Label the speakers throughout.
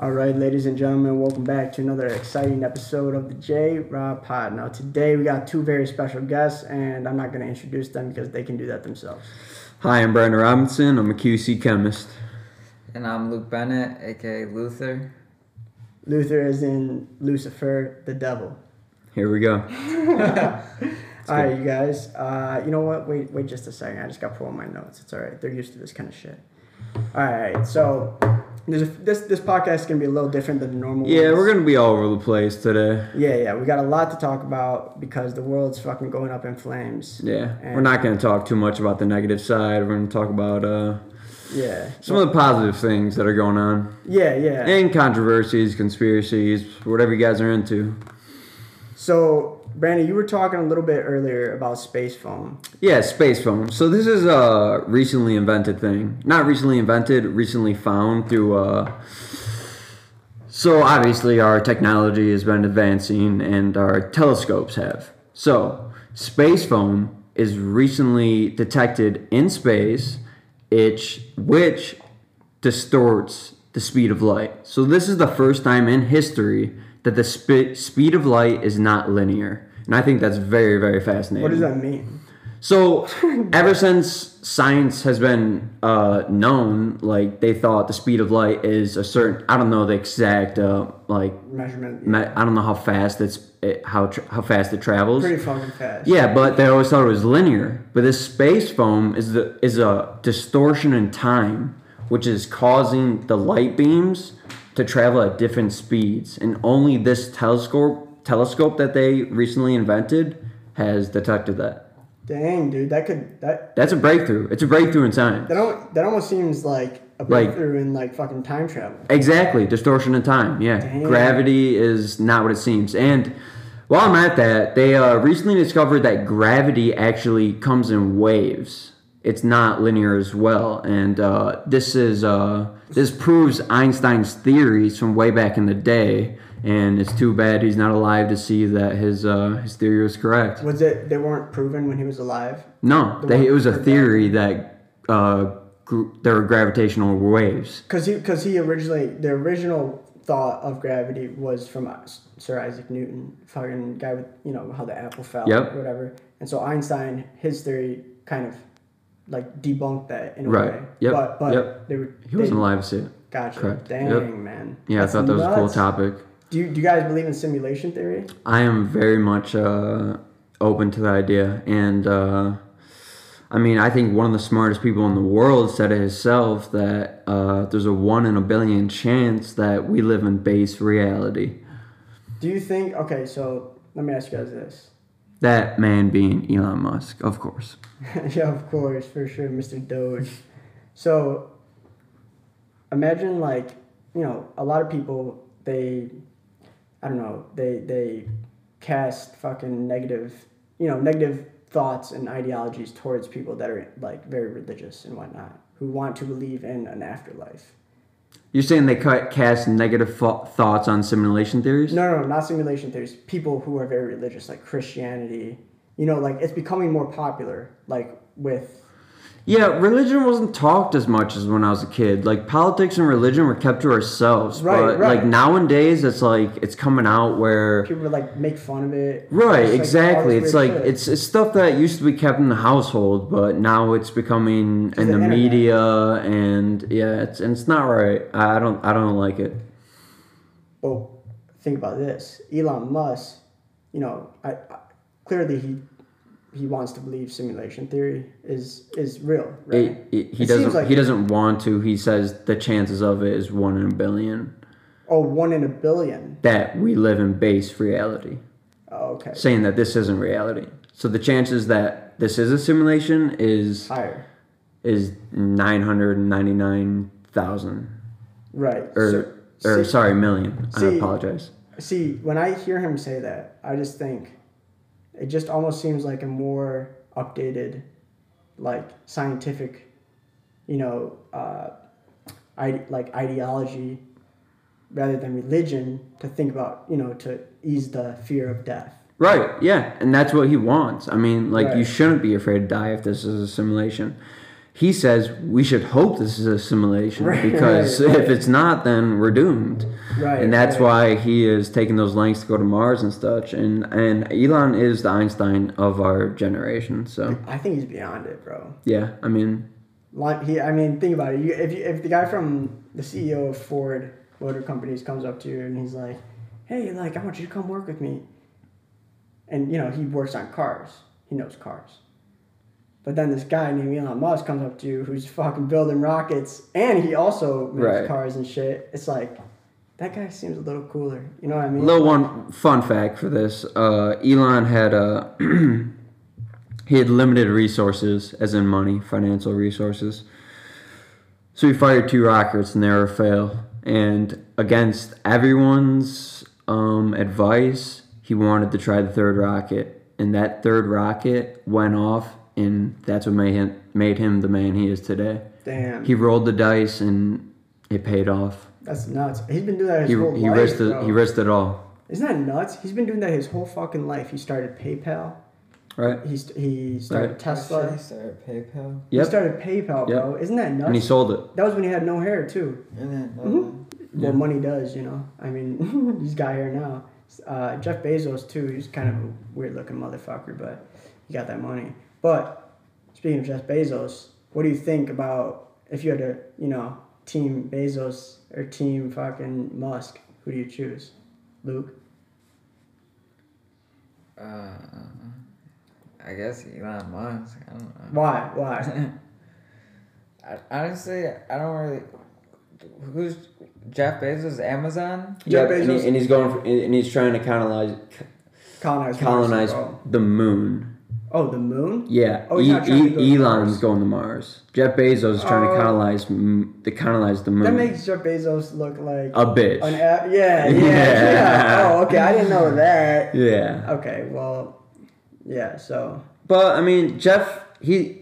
Speaker 1: right, ladies and gentlemen, welcome back to another exciting episode of the J Rob Pod. Now, today we got two very special guests, and I'm not going to introduce them because they can do that themselves.
Speaker 2: Hi, I'm Brandon Robinson. I'm a QC chemist.
Speaker 3: And I'm Luke Bennett, aka Luther.
Speaker 1: Luther is in Lucifer, the devil.
Speaker 2: Here we go.
Speaker 1: all right, you guys. Uh, you know what? Wait, wait, just a second. I just got pulling my notes. It's all right. They're used to this kind of shit. All right, so. There's a, this this podcast is gonna be a little different than the normal.
Speaker 2: Yeah,
Speaker 1: ones.
Speaker 2: we're gonna be all over the place today.
Speaker 1: Yeah, yeah, we got a lot to talk about because the world's fucking going up in flames.
Speaker 2: Yeah,
Speaker 1: And-
Speaker 2: we're not gonna talk too much about the negative side. We're gonna talk about uh,
Speaker 1: Yeah.
Speaker 2: some of the positive things that are going on
Speaker 1: Yeah, yeah.
Speaker 2: and controversies, conspiracies, whatever you guys are into.
Speaker 1: so, Brandon, you were talking a little bit earlier about space foam.
Speaker 2: Yeah, space foam. So this is a recently invented thing. Not recently invented, recently found through. Uh, so obviously, our technology has been advancing, and our telescopes have. So space foam is recently detected in space, itch, which distorts the speed of light. So this is the first time in history that the spe- speed of light is not linear, and I think that's very, very fascinating.
Speaker 1: What does that mean?
Speaker 2: So, ever since science has been uh, known, like they thought the speed of light is a certain. I don't know the exact uh, like.
Speaker 1: Measurement.
Speaker 2: Me- I don't know how fast it's it, how tr how fast it travels.
Speaker 1: Pretty fucking fast.
Speaker 2: Yeah, but they always thought it was linear. But this space foam is the is a distortion in time, which is causing the light beams to travel at different speeds, and only this telescope telescope that they recently invented has detected that.
Speaker 1: Dang, dude, that could that
Speaker 2: That's a breakthrough. It's a breakthrough in science.
Speaker 1: that, al- that almost seems like a breakthrough in like fucking time travel.
Speaker 2: Exactly. Distortion in time. Yeah.
Speaker 1: Damn.
Speaker 2: Gravity is not what it seems. And while I'm at that, they uh, recently discovered that gravity actually comes in waves. It's not linear as well. And uh, this is uh, this proves Einstein's theories from way back in the day. And it's too bad he's not alive to see that his uh, his theory was correct.
Speaker 1: Was it they weren't proven when he was alive?
Speaker 2: No,
Speaker 1: The one
Speaker 2: they, it was a
Speaker 1: for that.
Speaker 2: theory that uh, gr- there were gravitational waves.
Speaker 1: Cause he cause he originally the original thought of gravity was from Sir Isaac Newton, fucking guy with you know how the apple fell,
Speaker 2: Yep.
Speaker 1: or whatever. And so Einstein, his theory kind of like debunked that in a
Speaker 2: Right.
Speaker 1: way.
Speaker 2: Yep.
Speaker 1: But but
Speaker 2: Yep.
Speaker 1: they were
Speaker 2: He wasn't
Speaker 1: they,
Speaker 2: alive to see it.
Speaker 1: Gotcha.
Speaker 2: Correct.
Speaker 1: Dang
Speaker 2: Yep.
Speaker 1: man.
Speaker 2: Yeah,
Speaker 1: That's
Speaker 2: I thought that was a cool
Speaker 1: nuts.
Speaker 2: topic.
Speaker 1: Do you, do you guys believe in simulation theory?
Speaker 2: I am very much uh, open to the idea, and uh, I mean, I think one of the smartest people in the world said it himself that uh, there's a one in a billion chance that we live in base reality.
Speaker 1: Do you think okay, so let me ask you guys this.
Speaker 2: That man being Elon Musk, of course.
Speaker 1: yeah, of course, for sure, Mr. Doge. So imagine like, you know, a lot of people they I don't know, they they cast fucking negative, you know, negative thoughts and ideologies towards people that are like very religious and whatnot, who want to believe in an afterlife.
Speaker 2: You're saying they ca- cast negative fo- thoughts on simulation theories?
Speaker 1: No, no, no, not simulation theories. People who are very religious, like Christianity. You know, like it's becoming more popular, like with
Speaker 2: Yeah, religion wasn't talked as much as when I was a kid. Like politics and religion were kept to ourselves.
Speaker 1: Right,
Speaker 2: but
Speaker 1: right.
Speaker 2: like nowadays it's like it's coming out where
Speaker 1: people like make fun of it.
Speaker 2: Right,
Speaker 1: It's, like, all
Speaker 2: exactly.
Speaker 1: this
Speaker 2: It's
Speaker 1: weird
Speaker 2: like
Speaker 1: shit.
Speaker 2: it's it's stuff that used to be kept in the household, but now it's becoming in
Speaker 1: the
Speaker 2: the
Speaker 1: internet.
Speaker 2: media and yeah, it's and it's not right. I I don't I don't like it.
Speaker 1: Well, Oh, think about this. Elon Musk, you know, I, I, clearly he he wants to believe simulation theory is is real, right?
Speaker 2: It, it, he
Speaker 1: It seems
Speaker 2: doesn't
Speaker 1: like-
Speaker 2: he doesn't want to. He says the chances of it is one in a billion
Speaker 1: oh, one in a billion.
Speaker 2: that we live in base reality.
Speaker 1: Oh, okay,
Speaker 2: saying that this isn't reality. So the chances that this is a simulation is
Speaker 1: higher.
Speaker 2: is nine hundred ninety nine thousand
Speaker 1: Right.
Speaker 2: or
Speaker 1: So-
Speaker 2: or
Speaker 1: see-
Speaker 2: sorry million.
Speaker 1: see-
Speaker 2: I apologize.
Speaker 1: See, when I hear him say that, I just think it just almost seems like a more updated, like scientific, you know, uh, ide- like ideology rather than religion to think about, you know, to ease the fear of death.
Speaker 2: Right, yeah, and that's what he wants. I mean, like you
Speaker 1: Right.
Speaker 2: shouldn't be afraid to die if this is a simulation. He says we should hope this is a simulation
Speaker 1: Right,
Speaker 2: because
Speaker 1: right,
Speaker 2: if
Speaker 1: right.
Speaker 2: it's not, then we're doomed.
Speaker 1: Right,
Speaker 2: and that's
Speaker 1: right.
Speaker 2: why he is taking those lengths to go to Mars and such. And and Elon is the Einstein of our generation. So
Speaker 1: I think he's beyond it, bro.
Speaker 2: yeah, I mean,
Speaker 1: Like, He, I mean, think about it. You, if you, if the guy from the CEO of Ford Motor Companies comes up to you and he's like, "Hey, like, I want you to come work with me," and you know he works on cars, he knows cars. But then this guy named Elon Musk comes up to you who's fucking building rockets and he also makes
Speaker 2: Right.
Speaker 1: cars and shit. It's like that guy seems a little cooler. You know what I mean?
Speaker 2: Little one fun fact for this: uh, Elon had uh, he had limited resources, as in money, financial resources. So he fired two rockets and they were a fail. And against everyone's um, advice, he wanted to try the third rocket, and that third rocket went off, and that's what made him made him the man he is today.
Speaker 1: Damn,
Speaker 2: He rolled the dice, and it paid off.
Speaker 1: that's nuts. He's been doing that his
Speaker 2: He,
Speaker 1: whole
Speaker 2: he
Speaker 1: life.
Speaker 2: risked it,
Speaker 1: bro.
Speaker 2: he risked it all,
Speaker 1: Isn't that nuts? He's been doing that his whole fucking life. He started PayPal.
Speaker 2: right?
Speaker 1: He st- he started
Speaker 2: Right.
Speaker 1: Tesla.
Speaker 3: He started PayPal.
Speaker 1: He
Speaker 2: Yep.
Speaker 1: started PayPal,
Speaker 2: Yep.
Speaker 1: bro. Isn't that
Speaker 2: And he
Speaker 1: nuts?
Speaker 2: sold it.
Speaker 1: That was when he had no hair too.
Speaker 3: And then,
Speaker 2: Yeah.
Speaker 1: Well, money does, you know. I mean, he's got hair now. Uh, Jeff Bezos too. He's kind of a weird looking motherfucker, but he got that money. But speaking of Jeff Bezos, what do you think about if you had to, you know, team Bezos or team fucking Musk? Who do you choose? Luke.
Speaker 3: uh, I guess Elon Musk. I don't know.
Speaker 1: Why? Why?
Speaker 3: I, honestly, I don't really. Who's Jeff Bezos? Amazon?
Speaker 2: Yeah,
Speaker 1: Jeff
Speaker 2: and,
Speaker 1: Bezos
Speaker 2: he, and he's going for, and he's trying to colonize
Speaker 1: colonize. Mars,
Speaker 2: colonize
Speaker 1: bro.
Speaker 2: the moon.
Speaker 1: Oh, the moon.
Speaker 2: Yeah,
Speaker 1: Oh,
Speaker 2: E-
Speaker 1: he's not trying to go
Speaker 2: E-
Speaker 1: to
Speaker 2: Elon's
Speaker 1: Mars.
Speaker 2: going to Mars. Jeff Bezos is trying
Speaker 1: Oh.
Speaker 2: to colonize m- to colonize the moon.
Speaker 1: That makes Jeff Bezos look like
Speaker 2: a bitch.
Speaker 1: An app, yeah, yeah,
Speaker 2: Yeah.
Speaker 1: yeah, Oh, okay, I didn't know that.
Speaker 2: yeah,
Speaker 1: Okay, well, yeah. So
Speaker 2: but I mean Jeff, he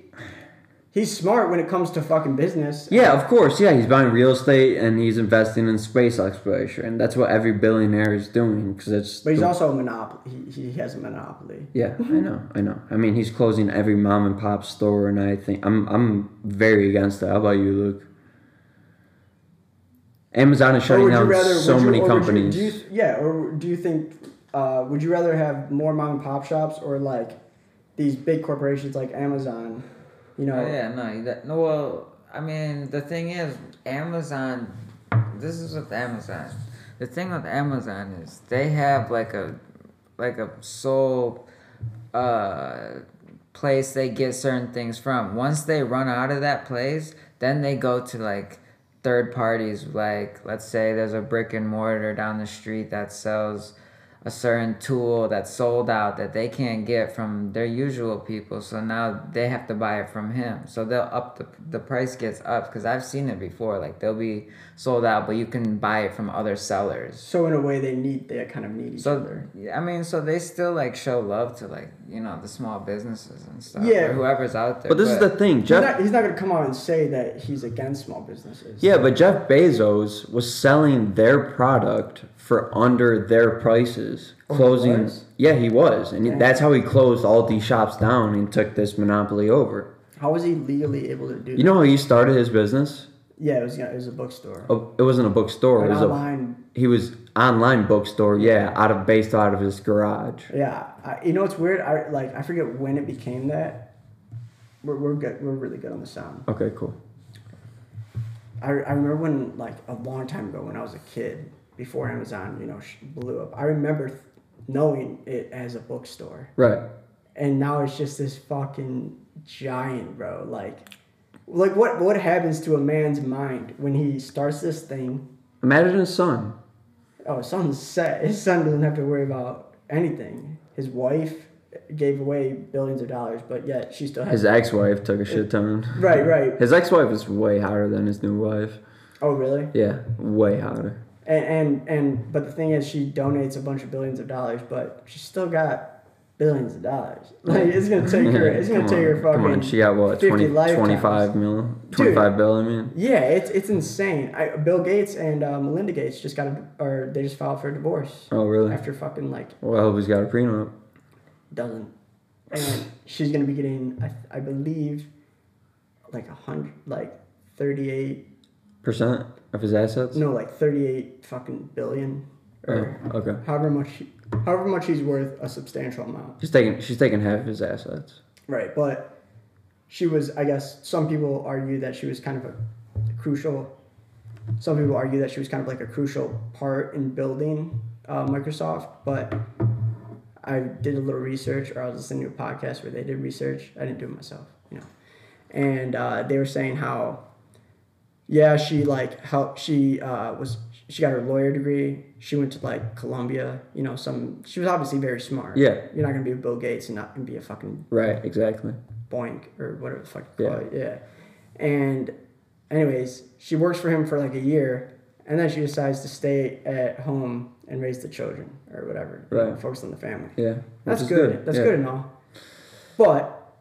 Speaker 1: he's smart when it comes to fucking business.
Speaker 2: yeah, of course, yeah, he's buying real estate and he's investing in space exploration. And that's what every billionaire is doing because it's.
Speaker 1: but he's
Speaker 2: the-
Speaker 1: also a monopoly. He, he has a monopoly.
Speaker 2: yeah, I
Speaker 1: Mm-hmm.
Speaker 2: know, I know. I mean, he's closing every mom and pop store, and I think I'm I'm very against that. How about you, Luke? Amazon is
Speaker 1: Or
Speaker 2: shutting
Speaker 1: would you
Speaker 2: down
Speaker 1: rather-
Speaker 2: so
Speaker 1: would you-
Speaker 2: many
Speaker 1: or would you-
Speaker 2: companies.
Speaker 1: do you, yeah, or do you think? Uh, would you rather have more mom and pop shops or like these big corporations like Amazon? You know,
Speaker 3: Oh yeah, no, you got- no. Well, I mean, the thing is, Amazon. This is with Amazon. The thing with Amazon is they have like a, like a sole, uh, place they get certain things from. Once they run out of that place, then they go to like third parties. Like let's say there's a brick and mortar down the street that sells a certain tool that's sold out that they can't get from their usual people so now they have to buy it from him so they'll up the, the price gets up because i've seen it before like they'll be sold out but you can buy it from other sellers
Speaker 1: so in a way they need they kind of need each
Speaker 3: so
Speaker 1: other.
Speaker 3: i mean so they still like show love to like you know the small businesses and stuff
Speaker 1: Yeah.
Speaker 3: or whoever's out there
Speaker 2: but this is the thing,
Speaker 1: He's
Speaker 2: Jeff.
Speaker 1: not, he's not gonna come out and say that he's against small businesses.
Speaker 2: yeah, but Jeff Bezos was selling their product for under their prices, closing.
Speaker 1: Oh, was?
Speaker 2: Yeah, he was, and that's how he closed all these shops down and took this monopoly over.
Speaker 1: How was he legally able to do that?
Speaker 2: You know how he started his business?
Speaker 1: Yeah, it was yeah, it was a bookstore.
Speaker 2: Oh, It wasn't a bookstore.
Speaker 1: An
Speaker 2: It was a
Speaker 1: online.
Speaker 2: He was online bookstore, yeah, out of based out of his garage.
Speaker 1: Yeah, I, you know what's weird? I like I forget when it became that. We're we're good. We're really good on the sound.
Speaker 2: Okay, cool.
Speaker 1: I, I remember when like a long time ago when I was a kid before Amazon you know sh- blew up. I remember th- knowing it as a bookstore,
Speaker 2: Right.
Speaker 1: and now it's just this fucking giant, bro. Like, like what what happens to a man's mind when he starts this thing?
Speaker 2: Imagine his son.
Speaker 1: Oh, his son's set. His son doesn't have to worry about anything. His wife gave away billions of dollars, but yet she still has.
Speaker 2: His ex wife took a shit ton.
Speaker 1: Right, right.
Speaker 2: His ex wife is way hotter than his new wife.
Speaker 1: Oh, really?
Speaker 2: Yeah, way hotter.
Speaker 1: And, and and but the thing is, she donates a bunch of billions of dollars, but she's still got billions of dollars. Like it's gonna take her. It's gonna
Speaker 2: Come
Speaker 1: take her
Speaker 2: on,
Speaker 1: fucking.
Speaker 2: Come on, she got what?
Speaker 1: 50
Speaker 2: 20,
Speaker 1: lifetimes.
Speaker 2: 25 mil? 25 bill, I mean.
Speaker 1: Yeah, it's it's insane. I, Bill Gates and uh, Melinda Gates just got a, or they just filed for a divorce
Speaker 2: Oh, really?
Speaker 1: after fucking like
Speaker 2: Well, I hope he's got a prenup.
Speaker 1: doesn't. And she's gonna be getting, I, I believe, like a hundred, like thirty-eight,
Speaker 2: Percent of his assets.
Speaker 1: no, like thirty-eight fucking billion, or
Speaker 2: Oh, okay.
Speaker 1: however much, he- however much he's worth, a substantial amount.
Speaker 2: She's taking. She's taking half of his assets.
Speaker 1: Right, but she was. I guess some people argue that she was kind of a crucial. Some people argue that she was kind of like a crucial part in building uh, Microsoft, but I did a little research, or I was listening to a podcast where they did research. I didn't do it myself, you know, and uh, they were saying how, yeah, she like helped. She uh, was. She got her lawyer degree. She went to like Columbia, you know. Some she was obviously very smart.
Speaker 2: Yeah.
Speaker 1: you're not gonna be Bill Gates and not gonna be a fucking
Speaker 2: Right. Exactly.
Speaker 1: Boink or whatever the fuck you call it. Yeah. And anyways, she works for him for like a year and then she decides to stay at home and raise the children or whatever. you know,
Speaker 2: Right.
Speaker 1: focus on the family.
Speaker 2: Yeah. Which
Speaker 1: That's
Speaker 2: is
Speaker 1: good. That's
Speaker 2: Yeah.
Speaker 1: good and all. But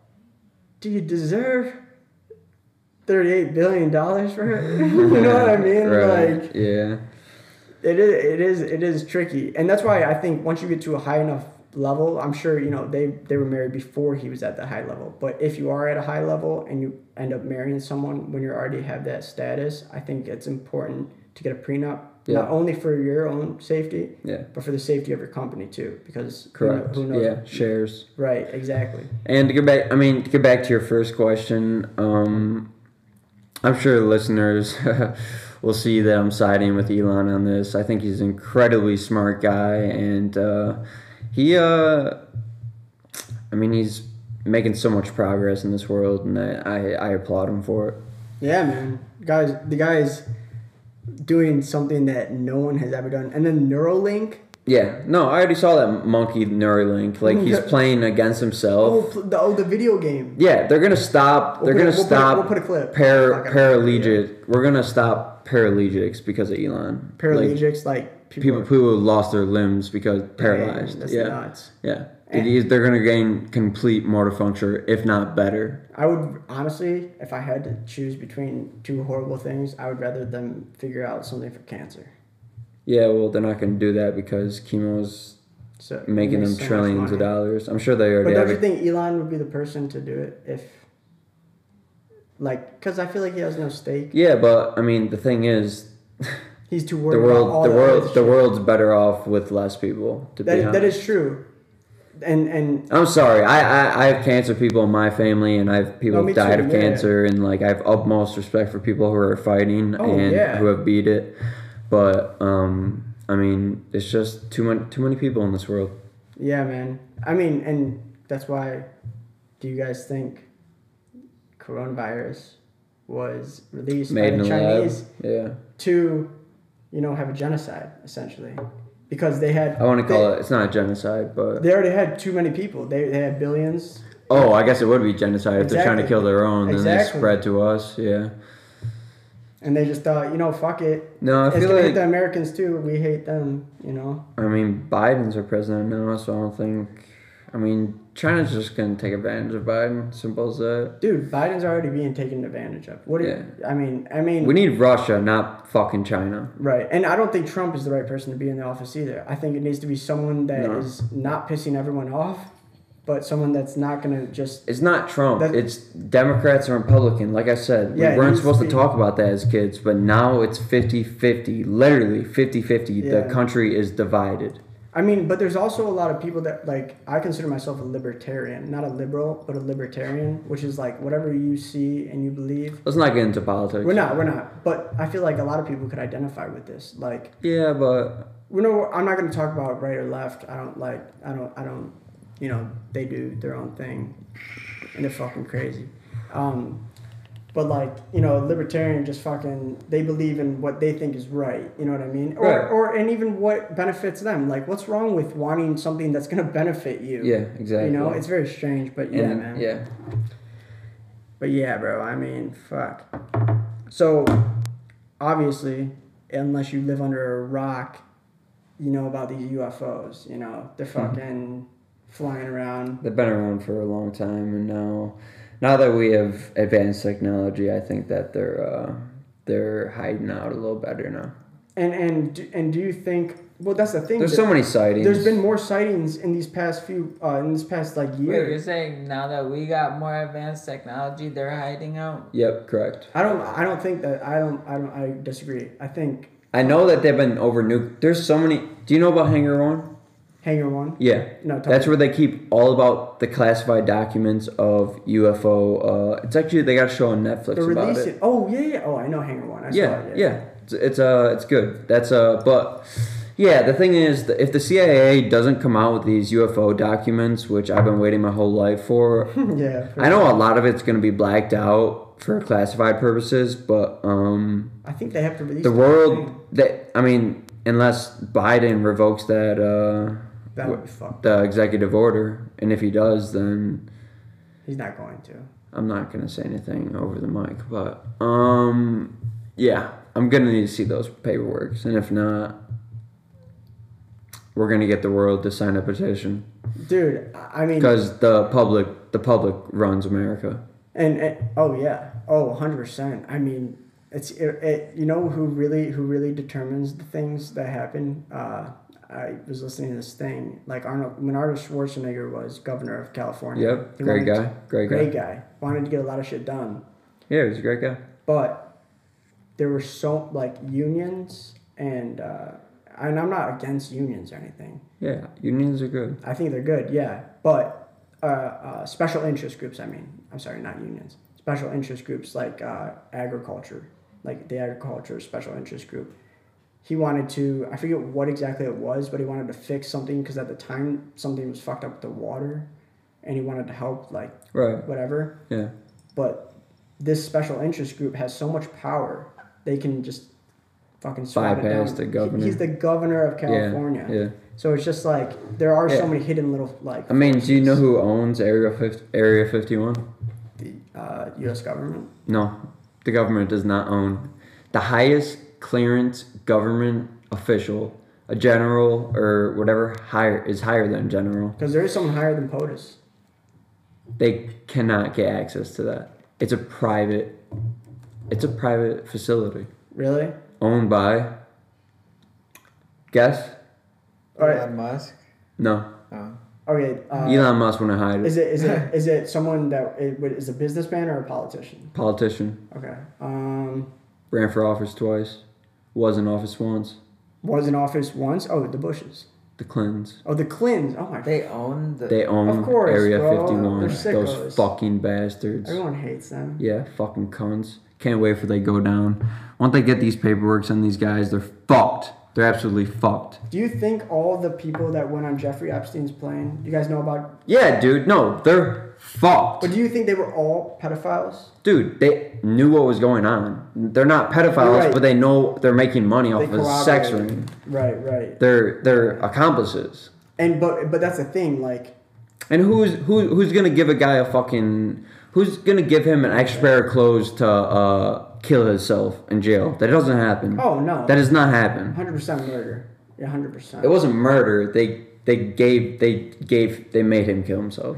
Speaker 1: do you deserve thirty-eight billion dollars for her? you know what I mean?
Speaker 2: Right.
Speaker 1: Like
Speaker 2: yeah.
Speaker 1: it is it is it is tricky and that's why i think once you get to a high enough level i'm sure you know they they were married before he was at the high level but if you are at a high level and you end up marrying someone when you already have that status i think it's important to get a prenup
Speaker 2: Yeah.
Speaker 1: not only for your own safety
Speaker 2: Yeah.
Speaker 1: but for the safety of your company too because who kno-
Speaker 2: Correct.
Speaker 1: who knows
Speaker 2: Yeah. Shares.
Speaker 1: right exactly
Speaker 2: And to get back, I mean, to get back to your first question, um, I'm sure listeners will see that I'm siding with Elon on this. I think he's an incredibly smart guy, and uh, he, uh, I mean, he's making so much progress in this world, and I, I, I applaud him for it.
Speaker 1: Yeah, man. Guys, the guy's doing something that no one has ever done. And then Neuralink.
Speaker 2: Yeah, no, I already saw that monkey Neuralink. Like he's
Speaker 1: Yeah.
Speaker 2: playing against himself.
Speaker 1: Oh, pl- the, oh, the video game.
Speaker 2: Yeah, they're gonna stop. They're
Speaker 1: We'll put
Speaker 2: gonna
Speaker 1: it- we'll put it-
Speaker 2: stop.
Speaker 1: we'll put a clip.
Speaker 2: Para,
Speaker 1: Fuck it.
Speaker 2: paralygic. We're gonna stop paralegics because of Elon. Like,
Speaker 1: Paralytics, like,
Speaker 2: people
Speaker 1: are
Speaker 2: who lost their limbs because
Speaker 1: Dang,
Speaker 2: paralyzed.
Speaker 1: That's
Speaker 2: yeah,
Speaker 1: nuts.
Speaker 2: yeah.
Speaker 1: And-
Speaker 2: It is, they're gonna gain complete motor function, if not better.
Speaker 1: I would honestly, if I had to choose between two horrible things, I would rather them figure out something for cancer.
Speaker 2: Yeah, well, they're not gonna do that because chemo's
Speaker 1: So it
Speaker 2: making
Speaker 1: makes
Speaker 2: them
Speaker 1: so much
Speaker 2: trillions of
Speaker 1: money.
Speaker 2: dollars. I'm sure they
Speaker 1: But
Speaker 2: already
Speaker 1: don't
Speaker 2: have
Speaker 1: you
Speaker 2: it.
Speaker 1: think Elon would be the person to do it if, like, because I feel like he has no stake.
Speaker 2: Yeah, but I mean, the thing is,
Speaker 1: He's too
Speaker 2: the
Speaker 1: worried about all
Speaker 2: world, the
Speaker 1: that
Speaker 2: world,
Speaker 1: other
Speaker 2: the
Speaker 1: shit.
Speaker 2: world's better off with less people. To be
Speaker 1: That,
Speaker 2: honest.
Speaker 1: that is true, and and
Speaker 2: I'm sorry. I, I I have cancer people in my family, and I've people
Speaker 1: No, me
Speaker 2: have died
Speaker 1: too,
Speaker 2: of
Speaker 1: yeah, yeah.
Speaker 2: cancer, and like I have utmost respect for people who are fighting
Speaker 1: Oh,
Speaker 2: and
Speaker 1: yeah.
Speaker 2: who have beat it. But um, I mean, it's just too many too many people in this world.
Speaker 1: Yeah, man. I mean, and that's why. Do you guys think coronavirus was released
Speaker 2: Made
Speaker 1: by
Speaker 2: in
Speaker 1: the
Speaker 2: the
Speaker 1: Chinese
Speaker 2: lab. Yeah,
Speaker 1: to, you know, have a genocide essentially, because they had.
Speaker 2: I want to call it. It's not a genocide, but
Speaker 1: They already had too many people. They they had billions.
Speaker 2: oh, I guess it would be genocide if they're trying to
Speaker 1: Exactly.
Speaker 2: kill their own, then they
Speaker 1: Exactly.
Speaker 2: spread to us. Yeah.
Speaker 1: And they just thought, you know, fuck it.
Speaker 2: No, I
Speaker 1: it's
Speaker 2: feel
Speaker 1: gonna hit the
Speaker 2: like
Speaker 1: Americans too. We hate them, you know.
Speaker 2: I mean Biden's our president now, so I don't think. I mean, China's just gonna take advantage of Biden. Simple as that.
Speaker 1: Dude, Biden's already being taken advantage of. What? do you- I mean, I mean,
Speaker 2: We need Russia, not fucking China.
Speaker 1: Right, and I don't think Trump is the right person to be in the office either. I think it needs to be someone that is
Speaker 2: No.
Speaker 1: not pissing everyone off, but someone that's not gonna just
Speaker 2: It's not Trump.
Speaker 1: That-
Speaker 2: it's Democrats and Republican. Like I said,
Speaker 1: Yeah,
Speaker 2: we
Speaker 1: it
Speaker 2: weren't
Speaker 1: needs
Speaker 2: supposed
Speaker 1: to
Speaker 2: to
Speaker 1: be-
Speaker 2: talk about that as kids, but now it's 50-50. Literally 50-50.
Speaker 1: Yeah.
Speaker 2: The country is divided.
Speaker 1: I mean, but there's also a lot of people that like I consider myself a libertarian, not a liberal, but a libertarian, which is like whatever you see and you believe.
Speaker 2: Let's not get into politics.
Speaker 1: We're not, we're not. But I feel like a lot of people could identify with this. Like,
Speaker 2: Yeah, but
Speaker 1: we know I'm not gonna talk about right or left. I don't like I don't I don't you know, they do their own thing and they're fucking crazy. Um but like, you know, libertarian just fucking they believe in what they think is right, you know what I mean? Or
Speaker 2: Right.
Speaker 1: or and even what benefits them. Like what's wrong with wanting something that's gonna benefit you?
Speaker 2: yeah, exactly.
Speaker 1: You know, it's very strange, but yeah,
Speaker 2: And-
Speaker 1: man.
Speaker 2: Yeah.
Speaker 1: But yeah, bro, I mean, fuck. So, obviously, unless you live under a rock, you know about these UFOs. You know, they're
Speaker 2: Mm-hmm.
Speaker 1: fucking flying around.
Speaker 2: They've been around for a long time and now now that we have advanced technology, I think that they're uh, they're hiding out a little better now.
Speaker 1: And and do- and do you think well, that's the thing.
Speaker 2: There's
Speaker 1: that-
Speaker 2: so many sightings.
Speaker 1: There's been more sightings in these past few, uh, in this past like
Speaker 3: Wait,
Speaker 1: year.
Speaker 3: you're saying now that we got more advanced technology, they're hiding out?
Speaker 2: Yep, correct.
Speaker 1: I don't. I don't think that. I don't. I don't. I disagree. I think
Speaker 2: I know that they've been over nuked. There's so many. Do you know about Hangar One?
Speaker 1: Hangar One.
Speaker 2: Yeah.
Speaker 1: No, tell
Speaker 2: That's where they keep all about the classified documents of UFO. Uh, it's actually they got a show on Netflix
Speaker 1: The
Speaker 2: about
Speaker 1: release.
Speaker 2: it.
Speaker 1: It. Oh yeah, yeah. Oh, I know Hangar One. I
Speaker 2: yeah,
Speaker 1: saw it.
Speaker 2: yeah. It's, it's uh, it's good. That's uh, but yeah, the thing is, that if the CIA doesn't come out with these UFO documents, which I've been waiting my whole life for,
Speaker 1: Yeah. yeah for-
Speaker 2: I know a lot of it's gonna be blacked out for classified purposes, but um,
Speaker 1: I think they have to release
Speaker 2: the
Speaker 1: it.
Speaker 2: world that I mean, unless Biden revokes that
Speaker 1: That
Speaker 2: uh,
Speaker 1: would be fucked.
Speaker 2: the executive order, and if he does, then
Speaker 1: He's not going to.
Speaker 2: I'm not gonna say anything over the mic, but um, yeah, I'm gonna need to see those paperworks, and if not, we're gonna get the world to sign a petition
Speaker 1: Dude, I I mean,
Speaker 2: because the public, the public runs America.
Speaker 1: and, and oh yeah, oh 100 percent. I mean, it's it, it. You know who really who really determines the things that happen. Uh, I was listening to this thing like Arnold when Arnold Schwarzenegger was governor of California.
Speaker 2: Yep,
Speaker 1: he
Speaker 2: great
Speaker 1: wanted
Speaker 2: guy, great guy.
Speaker 1: Great guy wanted to get a lot of shit done.
Speaker 2: Yeah, he's a great guy.
Speaker 1: but there were so like unions and uh, and I'm not against unions or anything.
Speaker 2: Yeah, unions are good.
Speaker 1: I think they're good, yeah. But uh, uh, special interest groups, I mean, I'm sorry, not unions. Special interest groups like uh, agriculture, like the agriculture special interest group. He wanted to, I forget what exactly it was, but he wanted to fix something because at the time something was fucked up with the water, and he wanted to help like
Speaker 2: Right.
Speaker 1: whatever
Speaker 2: Yeah.
Speaker 1: but this special interest group has so much power they can just fucking swat it
Speaker 2: Bypass
Speaker 1: down.
Speaker 2: the
Speaker 1: He-
Speaker 2: governor.
Speaker 1: He's the governor of California.
Speaker 2: Yeah. Yeah.
Speaker 1: So it's just like there are
Speaker 2: Yeah.
Speaker 1: so many hidden little like.
Speaker 2: I mean, do you know who owns Area 50, Area 51?
Speaker 1: the uh, U.S. government?
Speaker 2: No, the government does not own. The highest clearance government official, a general or whatever higher is higher than general.
Speaker 1: Because there is someone higher than POTUS.
Speaker 2: They cannot get access to that. It's a private it's a private facility
Speaker 1: Really?
Speaker 2: owned by guess?
Speaker 1: All right.
Speaker 3: Elon Musk?
Speaker 2: No.
Speaker 3: Oh.
Speaker 1: Okay. Uh,
Speaker 2: Elon Musk want to hide it.
Speaker 1: Is it is it is it someone that it, would- is a businessman or a politician?
Speaker 2: Politician.
Speaker 1: Okay. Um,
Speaker 2: Ran for office twice. Was in office once.
Speaker 1: was in office once. Oh, the Bushes.
Speaker 2: The Clintons.
Speaker 1: Oh, the Clintons. Oh my.
Speaker 3: They own the.
Speaker 2: They own
Speaker 1: Of course,
Speaker 2: Area
Speaker 1: bro.
Speaker 2: 51.
Speaker 1: They're
Speaker 2: Those
Speaker 1: sickos.
Speaker 2: fucking bastards.
Speaker 1: Everyone hates them.
Speaker 2: Yeah, fucking cunts. Can't wait for they go down. Once they get these paperworks on these guys, they're fucked. They're absolutely fucked.
Speaker 1: Do you think all the people that went on Jeffrey Epstein's plane, you guys know about?
Speaker 2: Yeah, dude. No, they're fucked.
Speaker 1: But do you think they were all pedophiles?
Speaker 2: Dude, they knew what was going on. They're not pedophiles,
Speaker 1: Right.
Speaker 2: but they know they're making money off
Speaker 1: They
Speaker 2: of a sex
Speaker 1: corroborated.
Speaker 2: ring.
Speaker 1: Right, right.
Speaker 2: They're they're accomplices.
Speaker 1: And but but that's the thing. Like
Speaker 2: And who's who, who's gonna give a guy a fucking who's gonna give him an extra pair of clothes to uh, kill himself in jail? That doesn't happen.
Speaker 1: Oh, no.
Speaker 2: that does not happen.
Speaker 1: 100% murder. Yeah, 100%.
Speaker 2: It wasn't murder. They they gave they gave they made him kill himself.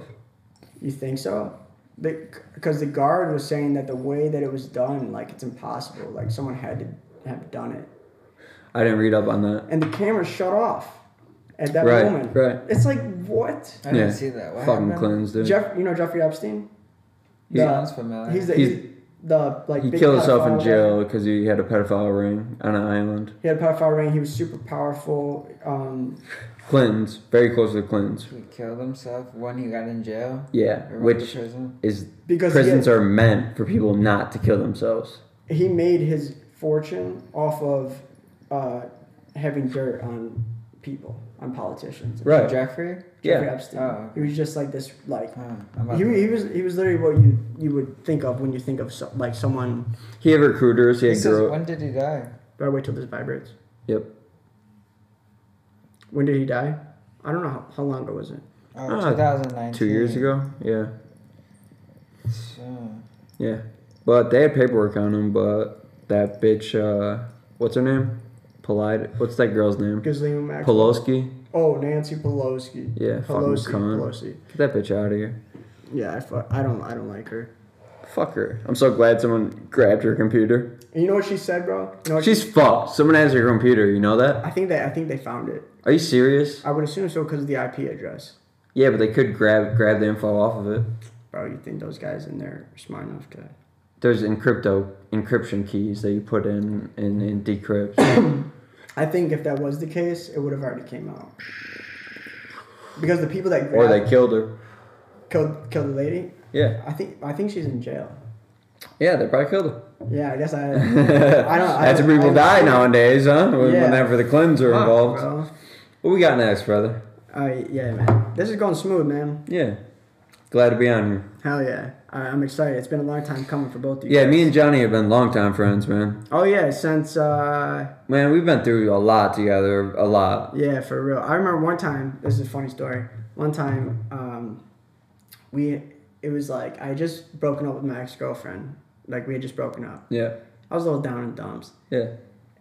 Speaker 1: you think so? Because the guard was saying that the way that it was done, like it's impossible. Like someone had to have done it,
Speaker 2: I didn't read up on that.
Speaker 1: and the camera shut off at that
Speaker 2: Right,
Speaker 1: moment.
Speaker 2: right.
Speaker 1: It's like what?
Speaker 3: I didn't
Speaker 2: Yeah.
Speaker 3: see that. What
Speaker 2: fucking
Speaker 3: happened?
Speaker 2: cleansed it.
Speaker 1: Jeff, you know Jeffrey Epstein.
Speaker 3: He
Speaker 1: The-
Speaker 3: sounds familiar.
Speaker 1: He's the,
Speaker 2: Uh, He's-
Speaker 1: he's the like
Speaker 2: he
Speaker 1: big
Speaker 2: killed himself
Speaker 1: pedophile
Speaker 2: in
Speaker 1: guy.
Speaker 2: jail because he had a pedophile ring on an island.
Speaker 1: He had a pedophile ring. He was super powerful. Um,
Speaker 2: Clintons, very close to the Clintons.
Speaker 3: He killed himself when he got in jail.
Speaker 2: Yeah,
Speaker 3: Or went to
Speaker 2: which
Speaker 3: prison.
Speaker 2: is
Speaker 1: Because he
Speaker 2: prisons
Speaker 1: had-
Speaker 2: are meant for people not to kill themselves.
Speaker 1: he made his fortune off of uh, having dirt on people, on politicians.
Speaker 2: Right.
Speaker 3: Jeffrey?
Speaker 1: Jeffrey
Speaker 2: Yeah.
Speaker 1: Epstein.
Speaker 3: Oh.
Speaker 1: He was just like this, like
Speaker 3: Huh. I'm about
Speaker 1: he,
Speaker 3: to-
Speaker 1: he was he was literally what you you would think of when you think of so, like someone.
Speaker 2: He had recruiters. He
Speaker 3: He
Speaker 2: had
Speaker 3: says,
Speaker 2: girl.
Speaker 3: when did he die?
Speaker 1: Better wait till this vibrates.
Speaker 2: Yep.
Speaker 1: When did he die? I don't know how, how long ago was it.
Speaker 3: Oh,
Speaker 2: Ah,
Speaker 3: 2019.
Speaker 2: Two years ago. Yeah.
Speaker 3: Sure.
Speaker 2: Yeah. But they had paperwork on him. But that bitch. Uh, what's her name? Polite. What's that girl's name?
Speaker 1: Ghislaine Maxwell.
Speaker 2: Poloski.
Speaker 1: Oh, Nancy Pelosi.
Speaker 2: Yeah, fucking
Speaker 1: Pelosi.
Speaker 2: cunt.
Speaker 1: Pelosi.
Speaker 2: Get that bitch out of here.
Speaker 1: Yeah, I, fu- I don't I don't like her.
Speaker 2: Fuck her. I'm so glad someone grabbed her computer.
Speaker 1: And you know what she said, bro? You know what
Speaker 2: She's fucked. Someone has her computer. You know that?
Speaker 1: I think they I think they found it.
Speaker 2: Are you serious?
Speaker 1: I would assume so because of the IP address.
Speaker 2: Yeah, but they could grab grab the info off of it.
Speaker 1: Bro, you think those guys in there are smart enough to?
Speaker 2: There's encrypto encryption keys that you put in in, in decrypts.
Speaker 1: I think if that was the case, it would have already came out. Because the people that
Speaker 2: or they
Speaker 1: grabbed-
Speaker 2: killed her.
Speaker 1: killed killed the lady,
Speaker 2: Yeah.
Speaker 1: I think I think she's in jail.
Speaker 2: Yeah, they probably killed her.
Speaker 1: Yeah, I guess I. I don't. I
Speaker 2: That's
Speaker 1: don't,
Speaker 2: what people
Speaker 1: I,
Speaker 2: die nowadays, huh? When-
Speaker 1: Yeah.
Speaker 2: Whenever the cleanse are
Speaker 1: Fuck,
Speaker 2: involved.
Speaker 1: bro.
Speaker 2: What we got next, brother?
Speaker 1: All right, yeah, man. This is going smooth, man.
Speaker 2: Yeah. Glad to be on here.
Speaker 1: Hell yeah. All right, I'm excited. It's been a long time coming for both of you.
Speaker 2: Yeah,
Speaker 1: guys.
Speaker 2: me and Johnny have been longtime friends, man.
Speaker 1: Oh yeah, since uh,
Speaker 2: Man, we've been through a lot together, a lot.
Speaker 1: Yeah, for real. I remember one time. This is a funny story. One time, um, we it was like I had just broken up with my ex girlfriend. Like we had just broken up.
Speaker 2: Yeah,
Speaker 1: I was a little down in dumps,
Speaker 2: yeah,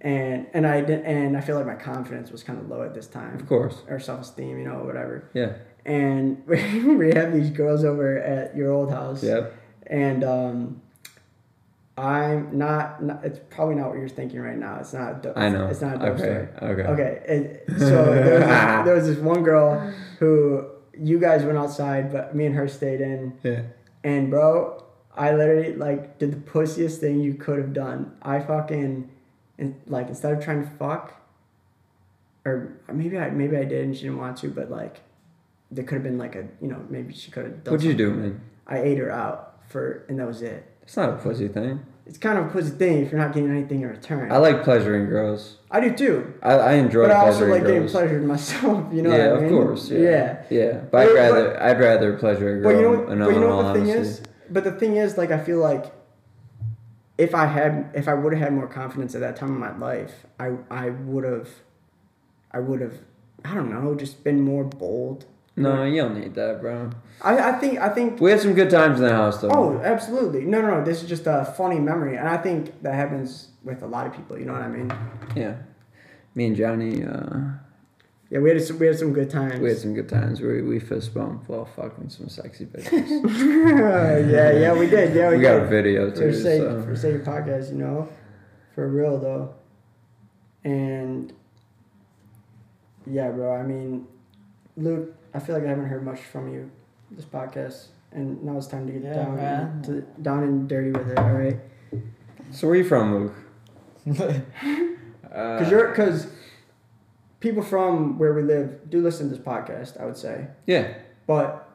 Speaker 1: and and I did, and I feel like my confidence was kind of low at this time,
Speaker 2: of course.
Speaker 1: or self esteem, you know, whatever.
Speaker 2: Yeah,
Speaker 1: And we have these girls over at your old house.
Speaker 2: yeah.
Speaker 1: And um, I'm not, not. It's probably not what you're thinking right now. It's not. A dope,
Speaker 2: I know.
Speaker 1: It's not a dope
Speaker 2: okay,
Speaker 1: story.
Speaker 2: okay,
Speaker 1: Okay, and so there was, this, there was this one girl who you guys went outside, but me and her stayed in.
Speaker 2: Yeah.
Speaker 1: And bro, I literally like did the pussiest thing you could have done. I fucking, and like instead of trying to fuck, or maybe I maybe I did and she didn't want to, but like, there could have been like a you know maybe she could have done.
Speaker 2: What'd you
Speaker 1: something.
Speaker 2: do, man?
Speaker 1: I ate her out for, and that was it.
Speaker 2: It's not a pussy thing.
Speaker 1: It's kind of a pussy thing if you're not getting anything in return.
Speaker 2: I like pleasuring girls.
Speaker 1: I do too,
Speaker 2: I, I enjoy
Speaker 1: but I also
Speaker 2: pleasuring
Speaker 1: like getting
Speaker 2: girls.
Speaker 1: pleasure to myself. You know
Speaker 2: yeah,
Speaker 1: what I mean?
Speaker 2: of course. Yeah,
Speaker 1: yeah.
Speaker 2: yeah. But I'd
Speaker 1: But-
Speaker 2: rather I'd rather pleasure a
Speaker 1: But
Speaker 2: girl.
Speaker 1: you know, what,
Speaker 2: in
Speaker 1: but you know
Speaker 2: all
Speaker 1: what the thing
Speaker 2: honesty.
Speaker 1: is. But the thing is, like, I feel like if I had, if I would have had more confidence at that time in my life, I, I would have, I would have, I don't know, just been more bold.
Speaker 2: No, you don't need that, bro.
Speaker 1: I, I think, I think.
Speaker 2: We had some good times in the house, though.
Speaker 1: Oh, absolutely. No, no, no. This is just a funny memory, and I think that happens with a lot of people. You know what I mean?
Speaker 2: Yeah. Me and Johnny, uh,
Speaker 1: Yeah, we had some, we had some good times.
Speaker 2: we had some good times. We we fist bumped while fucking some sexy bitches.
Speaker 1: yeah, yeah, we did. Oh, Yeah, we,
Speaker 2: we got a
Speaker 1: did.
Speaker 2: video
Speaker 1: for
Speaker 2: too.
Speaker 1: sake
Speaker 2: so-
Speaker 1: for sake of podcast, you know, for real though. And yeah, bro. I mean, Luke, I feel like I haven't heard much from you this podcast, and now it's time to get
Speaker 3: Yeah,
Speaker 1: down
Speaker 3: man.
Speaker 1: to, down and dirty with it. All right,
Speaker 2: So where you from, Luke? Uh,
Speaker 1: because you're because people from where we live do listen to this podcast. I would say,
Speaker 2: Uh, Yeah,
Speaker 1: but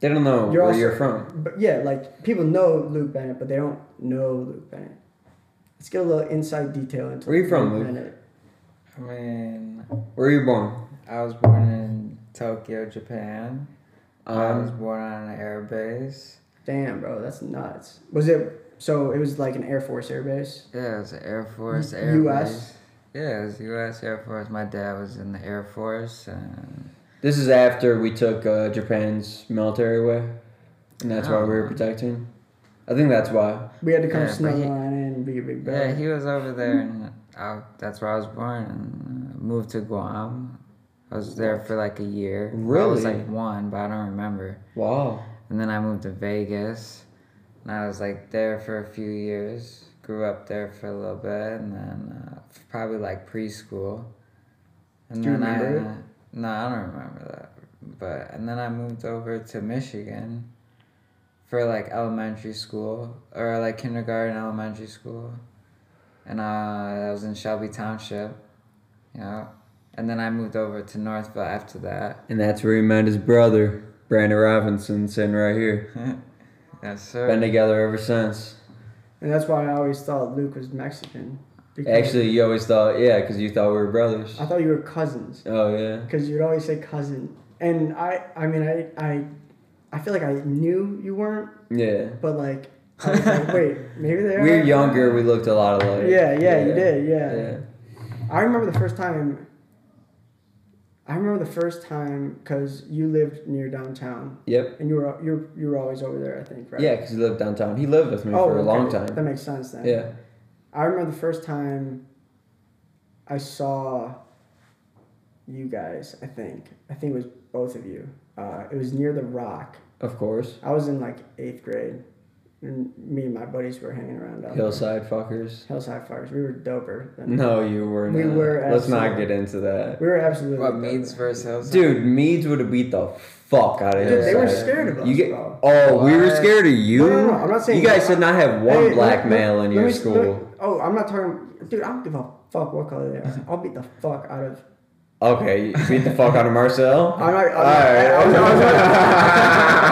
Speaker 2: they don't know
Speaker 1: You're
Speaker 2: where
Speaker 1: also-
Speaker 2: you're from.
Speaker 1: but yeah, like people know Luke Bennett, but they don't know Luke Bennett. Let's get a little inside detail into
Speaker 2: Where you from, Luke?
Speaker 1: Bennett.
Speaker 3: I mean,
Speaker 2: Where were you born?
Speaker 3: I was born in Tokyo, Japan. I was
Speaker 2: Um,
Speaker 3: born on an airbase.
Speaker 1: Damn, bro, that's nuts. Was it so? It was like an Air Force airbase.
Speaker 3: Yeah, it was Air Force,
Speaker 1: U-
Speaker 3: Air
Speaker 1: US?
Speaker 3: Force. Yeah, it was U.S. Air Force. My dad was in the Air Force, and
Speaker 2: this is after we took uh, Japan's military away, and that's why we
Speaker 1: Oh.
Speaker 2: were protecting. I think that's why.
Speaker 1: We had to come
Speaker 3: Yeah,
Speaker 1: snow
Speaker 3: but he-
Speaker 1: line in and be a big
Speaker 3: yeah,
Speaker 1: brother.
Speaker 3: he was over there, and I, that's where I was born. And moved to Guam. I was there for like a year. I was
Speaker 2: Really?
Speaker 3: like one, but I don't remember.
Speaker 2: Wow.
Speaker 3: And then I moved to Vegas, and I was like there for a few years. Grew up there for a little bit, and then uh, probably like preschool. And
Speaker 1: Do you
Speaker 3: then
Speaker 1: remember
Speaker 3: I, No, I don't remember that. But and then I moved over to Michigan, for like elementary school or like kindergarten, elementary school, and uh, I was in Shelby Township, you know. And then I moved over to Northville after that.
Speaker 2: And that's where he met his brother, Brandon Robinson, sitting right here.
Speaker 3: Yes, sir.
Speaker 2: Been together ever since.
Speaker 1: and that's why I always thought Luke was Mexican. Because
Speaker 2: Actually, you always thought, yeah, because you thought we were brothers.
Speaker 1: I thought you were cousins
Speaker 2: Oh yeah.
Speaker 1: because you'd always say cousin. And I, I mean, I, I, I feel like I knew you weren't,
Speaker 2: Yeah.
Speaker 1: but like, I was like wait, maybe they are.
Speaker 2: We were younger. We looked a lot alike.
Speaker 1: uh, Yeah, yeah, you did. yeah.
Speaker 2: Yeah.
Speaker 1: I remember the first time. I remember the first time because you lived near downtown
Speaker 2: Yep.
Speaker 1: and you were you were, you were always over there, I think, right? Oh,
Speaker 2: Yeah, because he lived downtown. He lived with me for a
Speaker 1: okay.
Speaker 2: long
Speaker 1: That
Speaker 2: time.
Speaker 1: makes sense then.
Speaker 2: Yeah.
Speaker 1: I remember the first time I saw you guys, I think. I think it was both of you. Uh, it was near the rock.
Speaker 2: Of course.
Speaker 1: I was in like eighth grade. n- me and my buddies were hanging around out there.
Speaker 2: Hillside fuckers.
Speaker 1: Hillside Fires. We were doper. Then.
Speaker 2: No, you were not.
Speaker 1: We were
Speaker 2: Let's not
Speaker 1: absolutely-
Speaker 2: get into that.
Speaker 1: We were absolutely.
Speaker 3: What
Speaker 1: doper.
Speaker 3: Meads versus Hillside?
Speaker 2: Dude, Meads would have beat the fuck out of
Speaker 1: Dude, they were
Speaker 2: Hillside.
Speaker 1: scared of us.
Speaker 2: You get
Speaker 1: bro.
Speaker 2: oh, we were
Speaker 3: What?
Speaker 2: scared of you.
Speaker 1: No, no, no, I'm not saying
Speaker 2: you guys
Speaker 1: that.
Speaker 2: did not have
Speaker 1: Hey,
Speaker 2: one
Speaker 1: let-
Speaker 2: black
Speaker 1: let-
Speaker 2: male in
Speaker 1: let
Speaker 2: your
Speaker 1: me-
Speaker 2: school.
Speaker 1: let- oh, I'm not talking. Dude, I don't give a fuck what color they are. I'll beat the fuck out of.
Speaker 2: Okay, you beat the fuck out of Marcel.
Speaker 1: I'm not. I'm not-
Speaker 2: All right.
Speaker 1: I was- I was-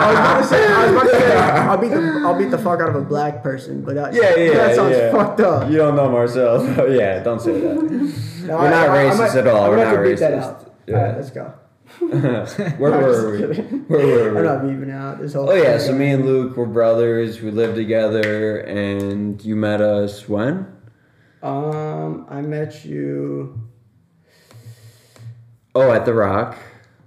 Speaker 1: I was about to say. I was about to say. I'll beat the. I'll beat the fuck out of a black person, but that.
Speaker 2: yeah, yeah,
Speaker 1: That sounds
Speaker 2: yeah.
Speaker 1: fucked up.
Speaker 2: You don't know Marcel. so yeah, don't say that.
Speaker 1: No,
Speaker 2: We're not racist at all.
Speaker 1: I'm
Speaker 2: We're
Speaker 1: gonna have
Speaker 2: not
Speaker 1: to beat that
Speaker 2: racist.
Speaker 1: out.
Speaker 2: Yeah.
Speaker 1: All right, let's go.
Speaker 2: Where
Speaker 1: I'm just
Speaker 2: were we?
Speaker 1: kidding.
Speaker 2: Where
Speaker 1: I'm
Speaker 2: were
Speaker 1: not
Speaker 2: we?
Speaker 1: beeping out this whole.
Speaker 2: Oh yeah,
Speaker 1: thing.
Speaker 2: so me and Luke were brothers. We lived together, and you met us when?
Speaker 1: Um, I met you.
Speaker 2: Oh, at the Rock.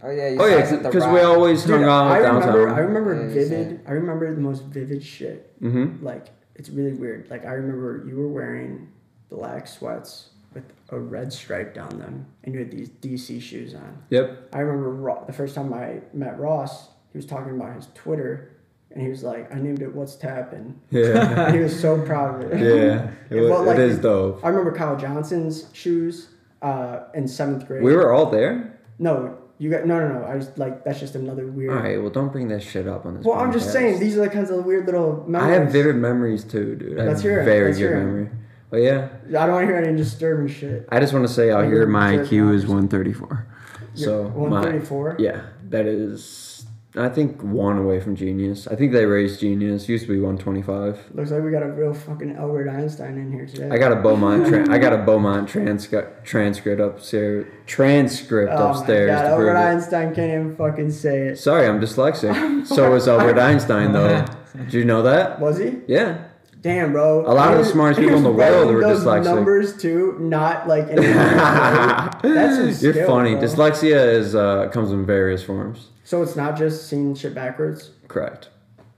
Speaker 3: Oh yeah. You
Speaker 2: Oh
Speaker 3: guys
Speaker 2: yeah,
Speaker 3: at the
Speaker 2: because
Speaker 3: Rock.
Speaker 2: we always hung
Speaker 1: Dude,
Speaker 2: out
Speaker 1: I
Speaker 2: downtown.
Speaker 1: remember. I remember
Speaker 3: Yeah, you
Speaker 1: vivid. I remember the most vivid shit.
Speaker 2: mm-hmm.
Speaker 1: Like it's really weird. Like I remember you were wearing black sweats with a red stripe down them, and you had these DC shoes on.
Speaker 2: Yep.
Speaker 1: I remember Ro- the first time I met Ross, he was talking about his Twitter, and he was like, "I named it What's Tappin'."
Speaker 2: Yeah.
Speaker 1: And he was so proud of it.
Speaker 2: yeah.
Speaker 1: But,
Speaker 2: It, was,
Speaker 1: like,
Speaker 2: it is dope.
Speaker 1: I remember Kyle Johnson's shoes uh, in seventh grade.
Speaker 2: We were all there.
Speaker 1: no, you got no, no, no. I was like, that's just another weird.
Speaker 2: All right. Well, don't bring that shit up on this.
Speaker 1: Well, I'm just
Speaker 2: podcast.
Speaker 1: saying these are the kinds of weird little
Speaker 2: I
Speaker 1: memories.
Speaker 2: have vivid memories too, dude. I
Speaker 1: Let's
Speaker 2: have
Speaker 1: hear it.
Speaker 2: very
Speaker 1: Let's
Speaker 2: good
Speaker 1: hear it.
Speaker 2: memory. But yeah,
Speaker 1: I don't want to hear any disturbing shit.
Speaker 2: I just want to say out
Speaker 1: Maybe
Speaker 2: here my
Speaker 1: observe
Speaker 2: IQ is
Speaker 1: others.
Speaker 2: 134. So my
Speaker 1: 134.
Speaker 2: yeah, that is I think one away from genius. I think they raised genius. Used to be 125.
Speaker 1: Looks like we got a real fucking Albert Einstein in here today.
Speaker 2: I got a Beaumont. Tra- I got a Beaumont transcript transcript upstairs. Transcript
Speaker 1: oh
Speaker 2: upstairs.
Speaker 1: My God,
Speaker 2: to prove
Speaker 1: Albert
Speaker 2: it.
Speaker 1: Einstein can't even fucking say it.
Speaker 2: Sorry, I'm dyslexic. so was Albert Einstein, though. Did you know that?
Speaker 1: Was he?
Speaker 2: Yeah.
Speaker 1: Damn, bro.
Speaker 2: A lot of the smartest people in the world were
Speaker 1: those
Speaker 2: dyslexic.
Speaker 1: Numbers too, not like. any- That's some
Speaker 2: You're
Speaker 1: skill,
Speaker 2: funny.
Speaker 1: bro.
Speaker 2: Dyslexia is uh, comes in various forms.
Speaker 1: so it's not just seeing shit backwards.
Speaker 2: Correct.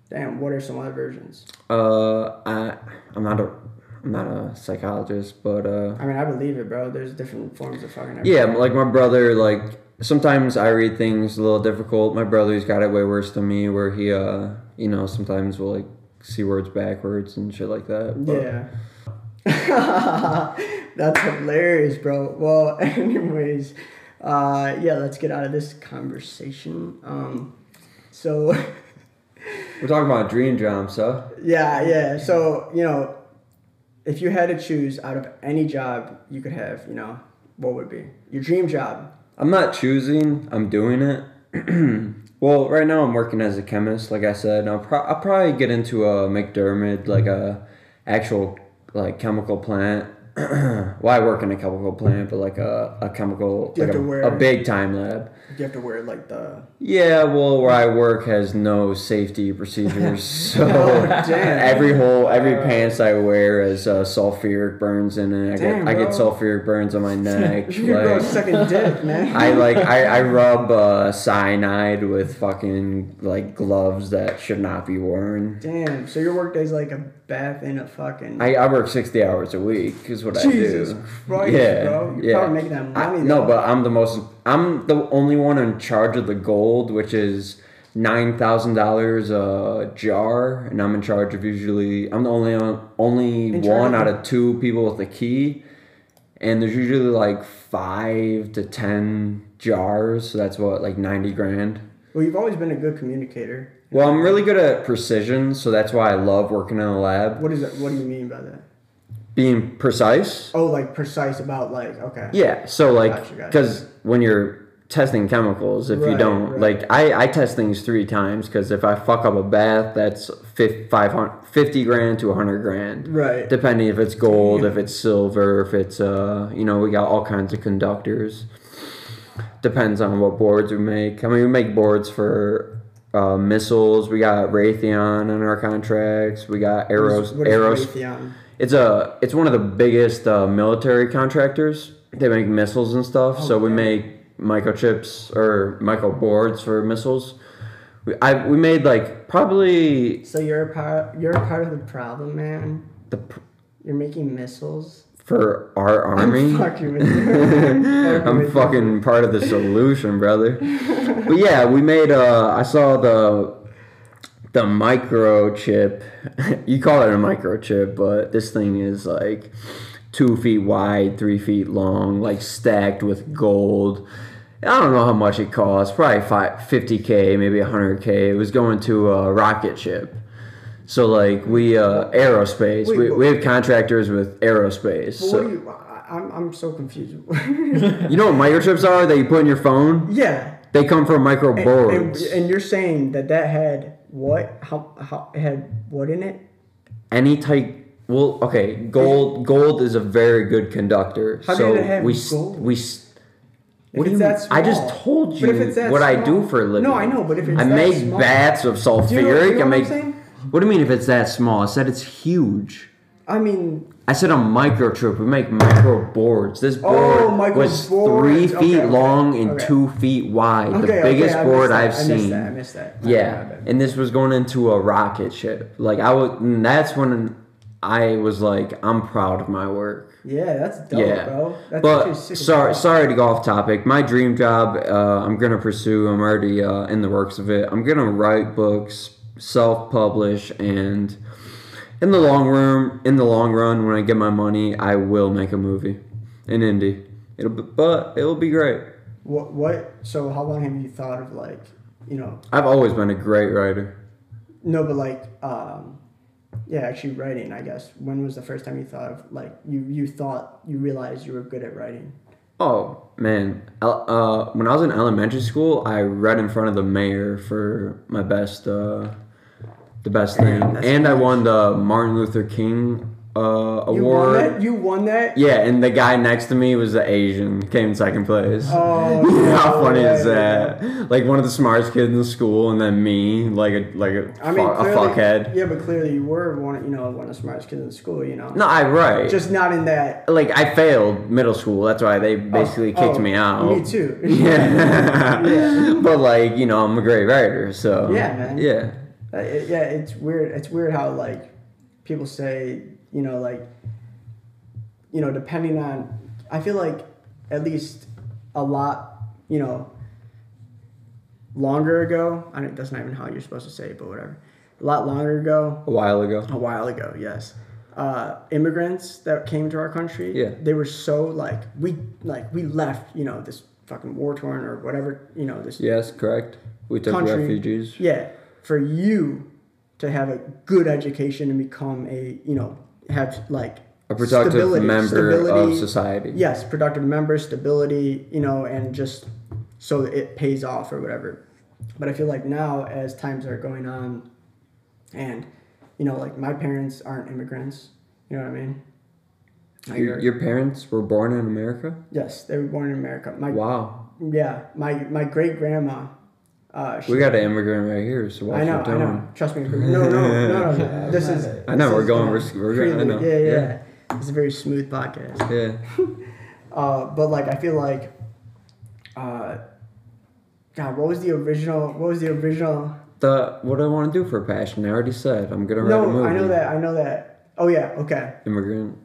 Speaker 1: Damn, what are some other versions?
Speaker 2: Uh, I, I'm not a, I'm not a psychologist, but uh,
Speaker 1: I mean, I believe it, bro. There's different forms of fucking.
Speaker 2: yeah, like my brother, like sometimes I read things a little difficult. My brother's got it way worse than me, where he, uh, you know, sometimes will like see words backwards and shit like that. But
Speaker 1: Yeah. That's hilarious, bro. Well, anyways, uh, yeah, let's get out of this conversation. Um, so,
Speaker 2: We're talking about dream jobs, huh?
Speaker 1: yeah, yeah. So, you know, if you had to choose out of any job you could have, you know, what would it be your dream job?
Speaker 2: I'm not choosing. I'm doing it. well, right now I'm working as a chemist, like I said. and I'll, pro- I'll probably get into a McDermid, like a actual like chemical plant. well, I work in a chemical plant, but like a, a chemical,
Speaker 1: Do you
Speaker 2: like
Speaker 1: have to wear-
Speaker 2: a, a big time lab.
Speaker 1: Do you have to wear like the?
Speaker 2: Yeah, well, where I work has no safety procedures, so
Speaker 1: Oh, damn. Uh,
Speaker 2: every whole every pants I wear has uh, sulfuric burns in it. I
Speaker 1: Damn,
Speaker 2: get I get
Speaker 1: bro.
Speaker 2: sulfuric burns on my neck.
Speaker 1: You could go
Speaker 2: like-
Speaker 1: second dick, man.
Speaker 2: I like I, I rub uh, cyanide with fucking like gloves that should not be worn.
Speaker 1: Damn. So your workday's like a bath in a fucking.
Speaker 2: I, I work sixty hours a week is what
Speaker 1: Jesus
Speaker 2: I do.
Speaker 1: Christ,
Speaker 2: yeah,
Speaker 1: bro. You're
Speaker 2: yeah.
Speaker 1: probably making that
Speaker 2: I-
Speaker 1: money,
Speaker 2: no,
Speaker 1: though.
Speaker 2: but I'm the most. I'm the only one in charge of the gold, which is nine thousand dollars a jar, and I'm in charge of usually. I'm the only only
Speaker 1: In charge
Speaker 2: one
Speaker 1: of
Speaker 2: out
Speaker 1: the-
Speaker 2: of two people with the key, and there's usually like five to ten jars. So that's what like ninety grand.
Speaker 1: well, you've always been a good communicator.
Speaker 2: Well, I'm really good at precision, so that's why I love working in a lab.
Speaker 1: What is that? What do you mean by that?
Speaker 2: Being precise.
Speaker 1: Oh, like precise about like okay.
Speaker 2: Yeah. So
Speaker 1: Gotcha,
Speaker 2: like,
Speaker 1: gotcha.
Speaker 2: because when you're testing chemicals, if you
Speaker 1: Right,
Speaker 2: don't
Speaker 1: right.
Speaker 2: like, I I test things three times because if I fuck up a bath, that's fif- 500 50 grand to hundred grand.
Speaker 1: Right.
Speaker 2: Depending if it's gold, if it's silver, if it's uh, you know, we got all kinds of conductors. Depends on what boards we make. I mean, we make boards for uh, missiles. We got Raytheon in our contracts. We got Aeros.
Speaker 1: What is
Speaker 2: Aeros-
Speaker 1: Raytheon?
Speaker 2: it's a it's one of the biggest uh, military contractors. They make missiles and stuff. so we make microchips or micro boards for missiles. We I we made like probably
Speaker 1: So you're a part. You're a part of the problem, man.
Speaker 2: the pr-
Speaker 1: You're making missiles.
Speaker 2: for our army.
Speaker 1: Fuck you. With you.
Speaker 2: I'm fucking part of the solution, brother. But yeah, we made. Uh, I saw the the microchip. you call it a microchip, but this thing is like two feet wide, three feet long, like stacked with gold. I don't know how much it cost. Probably five, 50k, maybe 100k. It was going to a rocket ship. So like we uh, aerospace,
Speaker 1: Wait,
Speaker 2: we,
Speaker 1: but-
Speaker 2: we have contractors with aerospace.
Speaker 1: But
Speaker 2: So
Speaker 1: what do you? I, I'm I'm so confused.
Speaker 2: you know what microchips are that you put in your phone?
Speaker 1: yeah.
Speaker 2: They come from micro
Speaker 1: And, and,
Speaker 2: boards.
Speaker 1: and you're saying that that had what? How how it had what in it?
Speaker 2: Any type. Well, okay. Gold. Gold is a very good conductor.
Speaker 1: How
Speaker 2: so
Speaker 1: did it have
Speaker 2: we s-
Speaker 1: gold?
Speaker 2: we. s-
Speaker 1: If
Speaker 2: What do
Speaker 1: it's
Speaker 2: you mean?
Speaker 1: that
Speaker 2: I just
Speaker 1: small.
Speaker 2: told
Speaker 1: But
Speaker 2: you
Speaker 1: if it's that
Speaker 2: what I do
Speaker 1: small-
Speaker 2: for a living.
Speaker 1: No, I know, but if it's
Speaker 2: I
Speaker 1: that
Speaker 2: make
Speaker 1: small-
Speaker 2: bats of sulfuric.
Speaker 1: you know what
Speaker 2: I
Speaker 1: I'm
Speaker 2: make.
Speaker 1: saying?
Speaker 2: what do you mean if it's that small? I said it's huge.
Speaker 1: I mean,
Speaker 2: I said a microchip. We make micro boards. This board
Speaker 1: Oh, micro
Speaker 2: was three
Speaker 1: boards.
Speaker 2: feet
Speaker 1: Okay, okay,
Speaker 2: long and
Speaker 1: okay.
Speaker 2: two feet wide.
Speaker 1: okay,
Speaker 2: the
Speaker 1: okay,
Speaker 2: biggest
Speaker 1: I missed
Speaker 2: board
Speaker 1: that, I
Speaker 2: I've
Speaker 1: missed
Speaker 2: seen.
Speaker 1: That, I missed that. My
Speaker 2: Yeah,
Speaker 1: bad, my bad.
Speaker 2: and this was going into a rocket ship. Like I was, and that's when I was like, I'm proud of my work.
Speaker 1: Yeah, that's dope,
Speaker 2: yeah,
Speaker 1: bro. That's
Speaker 2: but
Speaker 1: actually sick as
Speaker 2: sorry,
Speaker 1: fuck.
Speaker 2: sorry to go off topic. My dream job, uh, I'm gonna pursue. I'm already uh, in the works of it. I'm gonna write books, self-publish, and in the long run, in the long run, when I get my money, I will make a movie in indie. It'll, be, but it'll be great.
Speaker 1: What what? So how long have you thought of like, you know,
Speaker 2: I've always been a great writer.
Speaker 1: no, but like, um, yeah, actually writing. I guess when was the first time you thought of like you you thought you realized you were good at writing?
Speaker 2: Oh man, El- uh, when I was in elementary school, I read in front of the mayor for my best, uh, the best
Speaker 1: Damn,
Speaker 2: thing,
Speaker 1: that's
Speaker 2: and I
Speaker 1: nice.
Speaker 2: won the Martin Luther King uh,
Speaker 1: You won
Speaker 2: award.
Speaker 1: that. You won that.
Speaker 2: Yeah, and the guy next to me was the Asian, came in second place.
Speaker 1: Oh,
Speaker 2: How
Speaker 1: no
Speaker 2: funny is
Speaker 1: way.
Speaker 2: that? Like one of the smartest kids in the school, and then me, like a like a,
Speaker 1: I mean,
Speaker 2: fu- a
Speaker 1: clearly,
Speaker 2: fuckhead.
Speaker 1: Yeah, but clearly you were one, you know, one of the smartest kids in school. You know,
Speaker 2: No, I write.
Speaker 1: just not in that.
Speaker 2: like I failed middle school. That's why they basically
Speaker 1: oh,
Speaker 2: kicked me out.
Speaker 1: Me too.
Speaker 2: Yeah. but like, you know, I'm a great writer, so
Speaker 1: Yeah, man.
Speaker 2: Yeah.
Speaker 1: Uh, it- yeah, it's weird. It's weird how like people say, you know, like you know, depending on. I feel like at least a lot, you know, longer ago. I don't, that's not even how you're supposed to say it, but whatever. A lot longer ago,
Speaker 2: A while ago.
Speaker 1: a while ago, yes. Uh, immigrants that came to our country,
Speaker 2: Yeah.
Speaker 1: they were so like we like we left, you know, this fucking war torn or whatever, you know, this
Speaker 2: Yes, correct. We took
Speaker 1: country.
Speaker 2: refugees.
Speaker 1: Yeah, for you to have a good education and become a you know have like
Speaker 2: A productive
Speaker 1: stability-
Speaker 2: member
Speaker 1: stability-
Speaker 2: of society.
Speaker 1: Yes, productive member, stability, you know, and just so it pays off or whatever. But I feel like now as times are going on, and you know, like my parents aren't immigrants. You know what I mean? Like,
Speaker 2: Your, your parents were born in America?
Speaker 1: yes, they were born in America. My
Speaker 2: Wow.
Speaker 1: yeah, my my great grandma. Uh, she
Speaker 2: We got an immigrant right here, so watch
Speaker 1: I know,
Speaker 2: your
Speaker 1: I
Speaker 2: tone.
Speaker 1: know. Trust me. No, no, no, no. This is.
Speaker 2: I know,
Speaker 1: this
Speaker 2: we're
Speaker 1: is,
Speaker 2: going-
Speaker 1: uh,
Speaker 2: we're- we're going- I
Speaker 1: freely.
Speaker 2: know.
Speaker 1: Yeah, yeah,
Speaker 2: Yeah.
Speaker 1: yeah. It's a very smooth podcast.
Speaker 2: Yeah.
Speaker 1: Uh, but like, I feel like, uh, God, what was the original? What was the original?
Speaker 2: The what do I want to do for a passion? I already said I'm gonna write a
Speaker 1: No,
Speaker 2: movie.
Speaker 1: I know that. I know that. Oh yeah. Okay.
Speaker 2: Immigrant.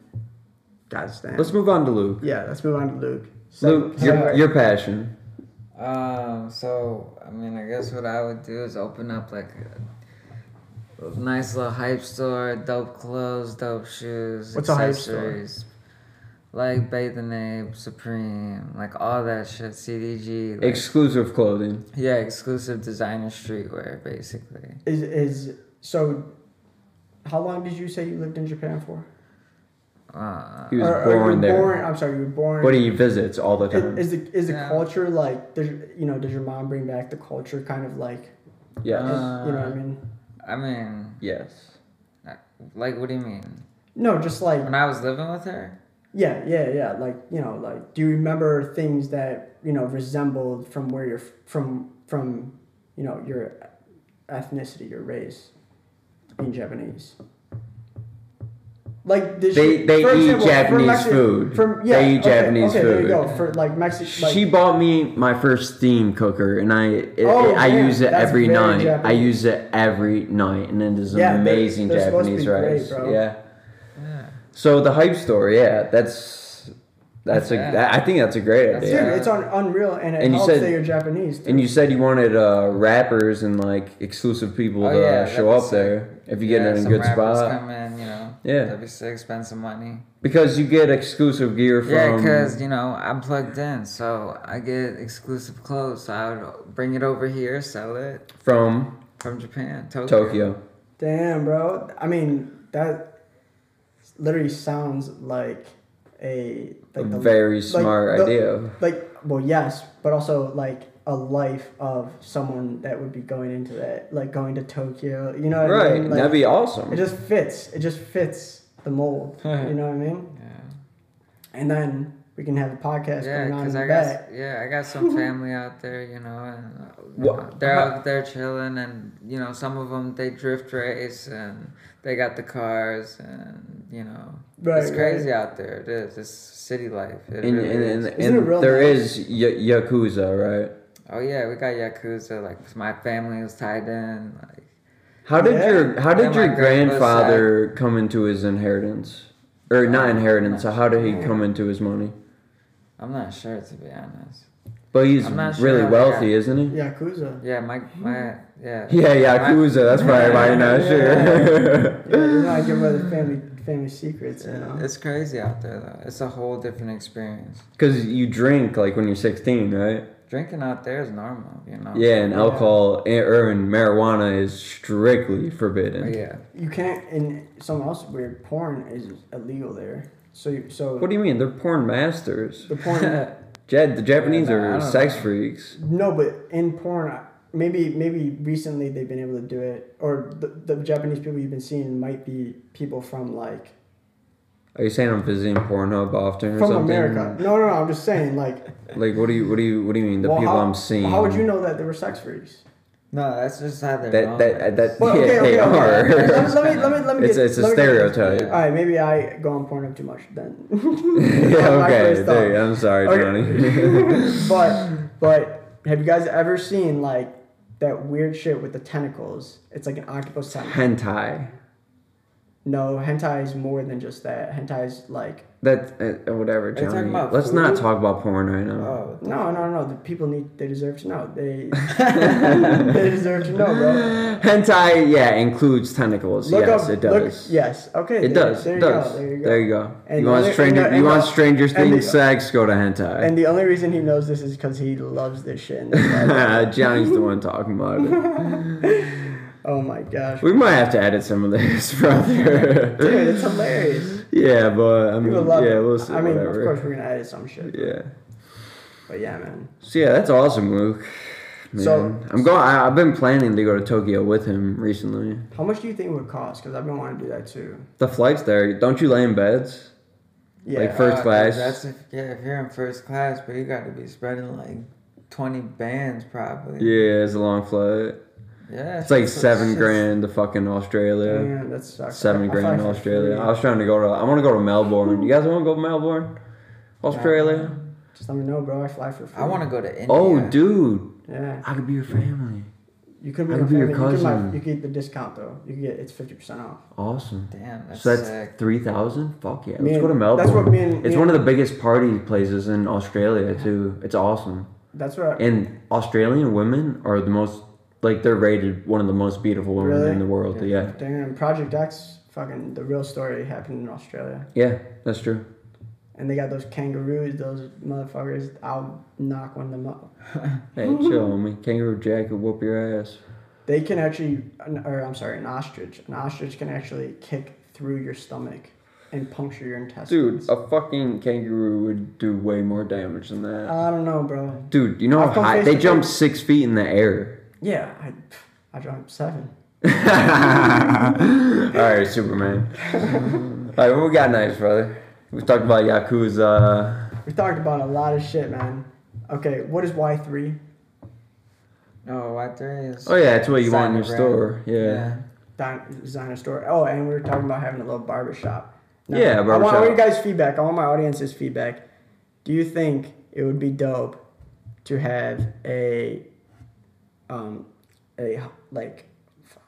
Speaker 1: God's damn.
Speaker 2: Let's move on to Luke.
Speaker 1: yeah, let's move on to Luke.
Speaker 2: Luke, your, your passion.
Speaker 3: Um, so I mean, I guess what I would do is open up like a nice little hype store, dope clothes, dope shoes,
Speaker 1: What's a hype store?
Speaker 3: accessories, like Bathing Ape, Supreme, like all that shit, CDG, like,
Speaker 2: Exclusive clothing.
Speaker 3: yeah, exclusive designer streetwear, basically.
Speaker 1: is is so. How long did you say you lived in Japan for?
Speaker 3: Uh,
Speaker 2: He was
Speaker 1: Or- or you
Speaker 2: born
Speaker 1: were
Speaker 2: there.
Speaker 1: Born, I'm sorry, you were born.
Speaker 2: But he visits all the time.
Speaker 1: Is, is the is the
Speaker 3: Yeah.
Speaker 1: culture like does you know does your mom bring back the culture kind of like
Speaker 2: yes.
Speaker 1: is- you know what I
Speaker 3: Uh,
Speaker 1: mean
Speaker 3: I mean,
Speaker 2: yes.
Speaker 3: like, what do you mean?
Speaker 1: no just like
Speaker 3: When I was living with her,
Speaker 1: yeah yeah yeah like you know like do you remember things that you know resembled from where you're f- from from you know your ethnicity your race being Japanese like did
Speaker 2: They-
Speaker 1: she-
Speaker 2: they
Speaker 1: for
Speaker 2: eat
Speaker 1: example, for
Speaker 2: Japanese
Speaker 1: Mexi-
Speaker 2: food.
Speaker 1: from,
Speaker 2: They
Speaker 1: yeah,
Speaker 2: eat
Speaker 1: okay,
Speaker 2: Japanese
Speaker 1: okay, there you
Speaker 2: food.
Speaker 1: go for like Mexican like,
Speaker 2: she bought me my first steam cooker, and I it,
Speaker 1: Oh,
Speaker 2: I
Speaker 1: man,
Speaker 2: use it
Speaker 1: that's
Speaker 2: every
Speaker 1: very
Speaker 2: night. I
Speaker 1: Japanese.
Speaker 2: use it every night, and it is an
Speaker 1: Yeah, they're-
Speaker 2: amazing
Speaker 1: they're supposed to
Speaker 2: Japanese
Speaker 1: be great,
Speaker 2: rice.
Speaker 1: bro.
Speaker 2: yeah.
Speaker 3: yeah.
Speaker 2: So the hype store, yeah, that's That's a.
Speaker 3: Yeah.
Speaker 2: that- I think that's a great
Speaker 3: That's
Speaker 1: Dude,
Speaker 2: idea.
Speaker 1: it's on unreal, and it
Speaker 2: And you
Speaker 1: helps
Speaker 2: said-
Speaker 1: that you're Japanese. dude.
Speaker 2: And you said you wanted uh, rappers and like exclusive people
Speaker 3: Oh,
Speaker 2: to
Speaker 3: yeah,
Speaker 2: uh, show
Speaker 3: that'd be
Speaker 2: up
Speaker 3: sick.
Speaker 2: there if you
Speaker 3: Yeah,
Speaker 2: get in a
Speaker 3: some
Speaker 2: good
Speaker 3: rappers
Speaker 2: spot
Speaker 3: Come in, you know.
Speaker 2: Yeah.
Speaker 3: That'd be sick. Spend some money.
Speaker 2: because you get exclusive gear from.
Speaker 3: Yeah, 'cause you know I'm plugged in, so I get exclusive clothes. So I would bring it over here, sell it
Speaker 2: from
Speaker 3: from Japan, Tokyo.
Speaker 2: Tokyo.
Speaker 1: Damn, bro. I mean, that literally sounds like a like
Speaker 2: a very
Speaker 1: like
Speaker 2: smart
Speaker 1: the-
Speaker 2: idea.
Speaker 1: Like, well, yes, but also like a life of someone that would be going into that, like going to Tokyo. You know what
Speaker 2: Right,
Speaker 1: I mean? Like,
Speaker 2: that'd be awesome.
Speaker 1: it just fits. It just fits the mold. you know what I mean?
Speaker 3: Yeah.
Speaker 1: And then we can have a podcast
Speaker 3: Yeah,
Speaker 1: going on in
Speaker 3: 'cause
Speaker 1: the
Speaker 3: I
Speaker 1: back.
Speaker 3: got yeah, I got some family out there, you know, and uh, you
Speaker 2: Wha-
Speaker 3: know, they're out there chilling, and you know, some of them they drift race and they got the cars, and you know,
Speaker 1: Right,
Speaker 3: it's
Speaker 1: right.
Speaker 3: crazy out there. It is. It's city life. It
Speaker 2: and
Speaker 3: really
Speaker 2: and,
Speaker 3: is.
Speaker 2: and,
Speaker 1: Isn't it
Speaker 2: and
Speaker 1: real
Speaker 2: there
Speaker 1: nice?
Speaker 2: is y- yakuza, right?
Speaker 3: Oh yeah, we got yakuza. Like my family was tied in. Like
Speaker 2: How did
Speaker 1: Yeah.
Speaker 2: your How did
Speaker 3: Yeah,
Speaker 2: your
Speaker 3: my grandpa's
Speaker 2: grandfather come into his inheritance, or not
Speaker 3: Um,
Speaker 2: inheritance? So how did he come into his money?
Speaker 3: I'm not sure to be honest.
Speaker 2: But he's
Speaker 3: I'm not sure
Speaker 2: really
Speaker 3: how they
Speaker 2: wealthy,
Speaker 3: got-
Speaker 2: isn't he?
Speaker 1: Yakuza.
Speaker 3: Yeah, my my yeah.
Speaker 2: Yeah,
Speaker 3: My-
Speaker 2: yakuza. That's probably why you're not sure.
Speaker 1: Yeah, you know, I give away the family family secrets. You know?
Speaker 3: Yeah, It's crazy out there though. It's a whole different experience.
Speaker 2: Because you drink like when you're 16, right?
Speaker 3: Drinking out there is normal, you know.
Speaker 2: Yeah, and alcohol and, or and marijuana is strictly
Speaker 3: But
Speaker 2: forbidden.
Speaker 3: yeah.
Speaker 1: You can't, and something else weird. Porn is illegal there. So, you- so
Speaker 2: What do you mean? They're porn masters.
Speaker 1: the porn?
Speaker 2: Jed, the Japanese
Speaker 3: Yeah, nah, I
Speaker 2: are
Speaker 3: don't
Speaker 2: sex
Speaker 3: know.
Speaker 2: freaks.
Speaker 1: no, but in porn, maybe maybe recently they've been able to do it, or the, the Japanese people you've been seeing might be people from like
Speaker 2: Are you saying I'm visiting Pornhub often or
Speaker 1: from
Speaker 2: something?
Speaker 1: America. No, no, no. I'm just saying like
Speaker 2: Like, what do you, what do you, what do you mean? The
Speaker 1: well,
Speaker 2: people
Speaker 1: how,
Speaker 2: I'm seeing.
Speaker 1: How would you know that they were sex freaks?
Speaker 3: No, that's just how they're
Speaker 2: That- that-
Speaker 3: known.
Speaker 2: that-
Speaker 1: Well, okay,
Speaker 2: Yeah,
Speaker 1: okay,
Speaker 2: they
Speaker 1: okay.
Speaker 2: are.
Speaker 1: Let, me- let me let me let me
Speaker 2: It's
Speaker 1: get.
Speaker 2: it's a
Speaker 1: let me get-
Speaker 2: stereotype.
Speaker 1: All right, maybe I go on Pornhub too much then.
Speaker 2: yeah,
Speaker 1: My
Speaker 2: okay.
Speaker 1: first thought.
Speaker 2: There, I'm sorry,
Speaker 1: Okay.
Speaker 2: Johnny.
Speaker 1: but but have you guys ever seen like that weird shit with the tentacles? It's like an octopus tentacle.
Speaker 2: Hentai.
Speaker 1: No, hentai is more than just that. Hentai is like
Speaker 2: That uh, whatever,
Speaker 3: you talking
Speaker 2: Johnny.
Speaker 3: about
Speaker 2: Let's not
Speaker 3: food?
Speaker 2: talk about porn right
Speaker 1: Uh,
Speaker 2: now.
Speaker 3: oh,
Speaker 1: no, no, no. The people need they deserve to know. They they deserve to know, bro.
Speaker 2: Hentai, yeah, includes tentacles.
Speaker 1: Look
Speaker 2: yes,
Speaker 1: up,
Speaker 2: it does.
Speaker 1: Look, yes, okay.
Speaker 2: It
Speaker 1: there-
Speaker 2: does.
Speaker 1: There you
Speaker 2: it does.
Speaker 1: go. There you go. And
Speaker 2: You
Speaker 1: the
Speaker 2: want
Speaker 1: other-
Speaker 2: stranger?
Speaker 1: and the-
Speaker 2: you
Speaker 1: and
Speaker 2: want
Speaker 1: the-
Speaker 2: Stranger
Speaker 1: and the-
Speaker 2: Things sex? Go to hentai.
Speaker 1: And the only reason he knows this is because he loves this shit. and that's why-
Speaker 2: Johnny's the one talking about it.
Speaker 1: oh my gosh,
Speaker 2: We might have to edit some of this, brother.
Speaker 1: dude, it's hilarious.
Speaker 2: yeah, but I mean,
Speaker 1: People love
Speaker 2: yeah,
Speaker 1: it.
Speaker 2: we'll see.
Speaker 1: I mean,
Speaker 2: whatever.
Speaker 1: of course we're gonna edit some shit,
Speaker 2: Yeah.
Speaker 1: but yeah, man.
Speaker 2: So yeah, that's awesome, Luke. Man.
Speaker 1: So-
Speaker 2: I'm going. I, I've been planning to go to Tokyo with him recently.
Speaker 1: How much do you think it would cost? Because I've been wanting to do that too.
Speaker 2: The flights there. Don't you lay in beds?
Speaker 1: Yeah.
Speaker 2: Like, first
Speaker 3: dude,
Speaker 2: class.
Speaker 3: oh, uh, That's if, yeah, if you're in first class, but you got to be spreading like twenty bands probably.
Speaker 2: Yeah, it's a long flight.
Speaker 3: Yeah,
Speaker 2: It's like
Speaker 3: just-
Speaker 2: seven
Speaker 3: just-
Speaker 2: grand to fucking Australia.
Speaker 1: Damn, that sucks.
Speaker 2: Seven
Speaker 1: I- I
Speaker 2: grand
Speaker 1: fly for
Speaker 2: Australia.
Speaker 1: free.
Speaker 2: I was trying to go to. I want to go to Melbourne. You guys want to go to Melbourne, Australia?
Speaker 1: Just let me know, bro. I fly for free.
Speaker 3: I want to go to India.
Speaker 2: Oh, dude,
Speaker 1: Yeah.
Speaker 2: I could be your family.
Speaker 1: You could be,
Speaker 2: I
Speaker 1: my
Speaker 2: could be your
Speaker 1: family. You could my,
Speaker 2: cousin.
Speaker 1: you could get the discount though. You could get it's fifty percent off.
Speaker 2: Awesome.
Speaker 3: Damn, that's,
Speaker 2: so that's
Speaker 3: sick.
Speaker 2: three thousand. Fuck yeah,
Speaker 1: Me
Speaker 2: let's go to
Speaker 1: and-
Speaker 2: Melbourne.
Speaker 1: that's what me and-
Speaker 2: it's
Speaker 1: me
Speaker 2: one of
Speaker 1: and-
Speaker 2: the biggest party places in Australia too. It's awesome.
Speaker 1: That's what. I,
Speaker 2: And Australian women are the most like they're rated one of the most beautiful women
Speaker 1: Really?
Speaker 2: in the world. Yeah. yeah,
Speaker 1: damn, Project X. Fucking the real story happened in Australia,
Speaker 2: that's true.
Speaker 1: and they got those kangaroos. Those motherfuckers. I'll knock one of them up.
Speaker 2: Hey, chill, homie. Kangaroo Jack will whoop your ass.
Speaker 1: They can actually, an- or I'm sorry, an ostrich. An ostrich can actually kick through your stomach and puncture your intestines.
Speaker 2: Dude, a fucking kangaroo would do way more damage than that.
Speaker 1: I don't know, bro.
Speaker 2: Dude, you know how
Speaker 1: I've come
Speaker 2: high
Speaker 1: face
Speaker 2: they
Speaker 1: to
Speaker 2: jump six feet in the air.
Speaker 1: Yeah, I, I dropped seven.
Speaker 2: All right, Superman. All right, what we got next, brother? We talked about Yakuza.
Speaker 1: We talked about a lot of shit, man. Okay, what is Y three?
Speaker 3: No, why three is.
Speaker 2: Oh yeah, it's what you want in your
Speaker 3: Cyberbrand.
Speaker 2: store. Yeah.
Speaker 1: Design- designer store. Oh, and we were talking about having a little barber shop.
Speaker 2: Yeah,
Speaker 1: I
Speaker 2: barber
Speaker 1: want, I want you
Speaker 2: shop.
Speaker 1: guys' feedback. I want my audience's feedback. Do you think it would be dope to have a, um, a like,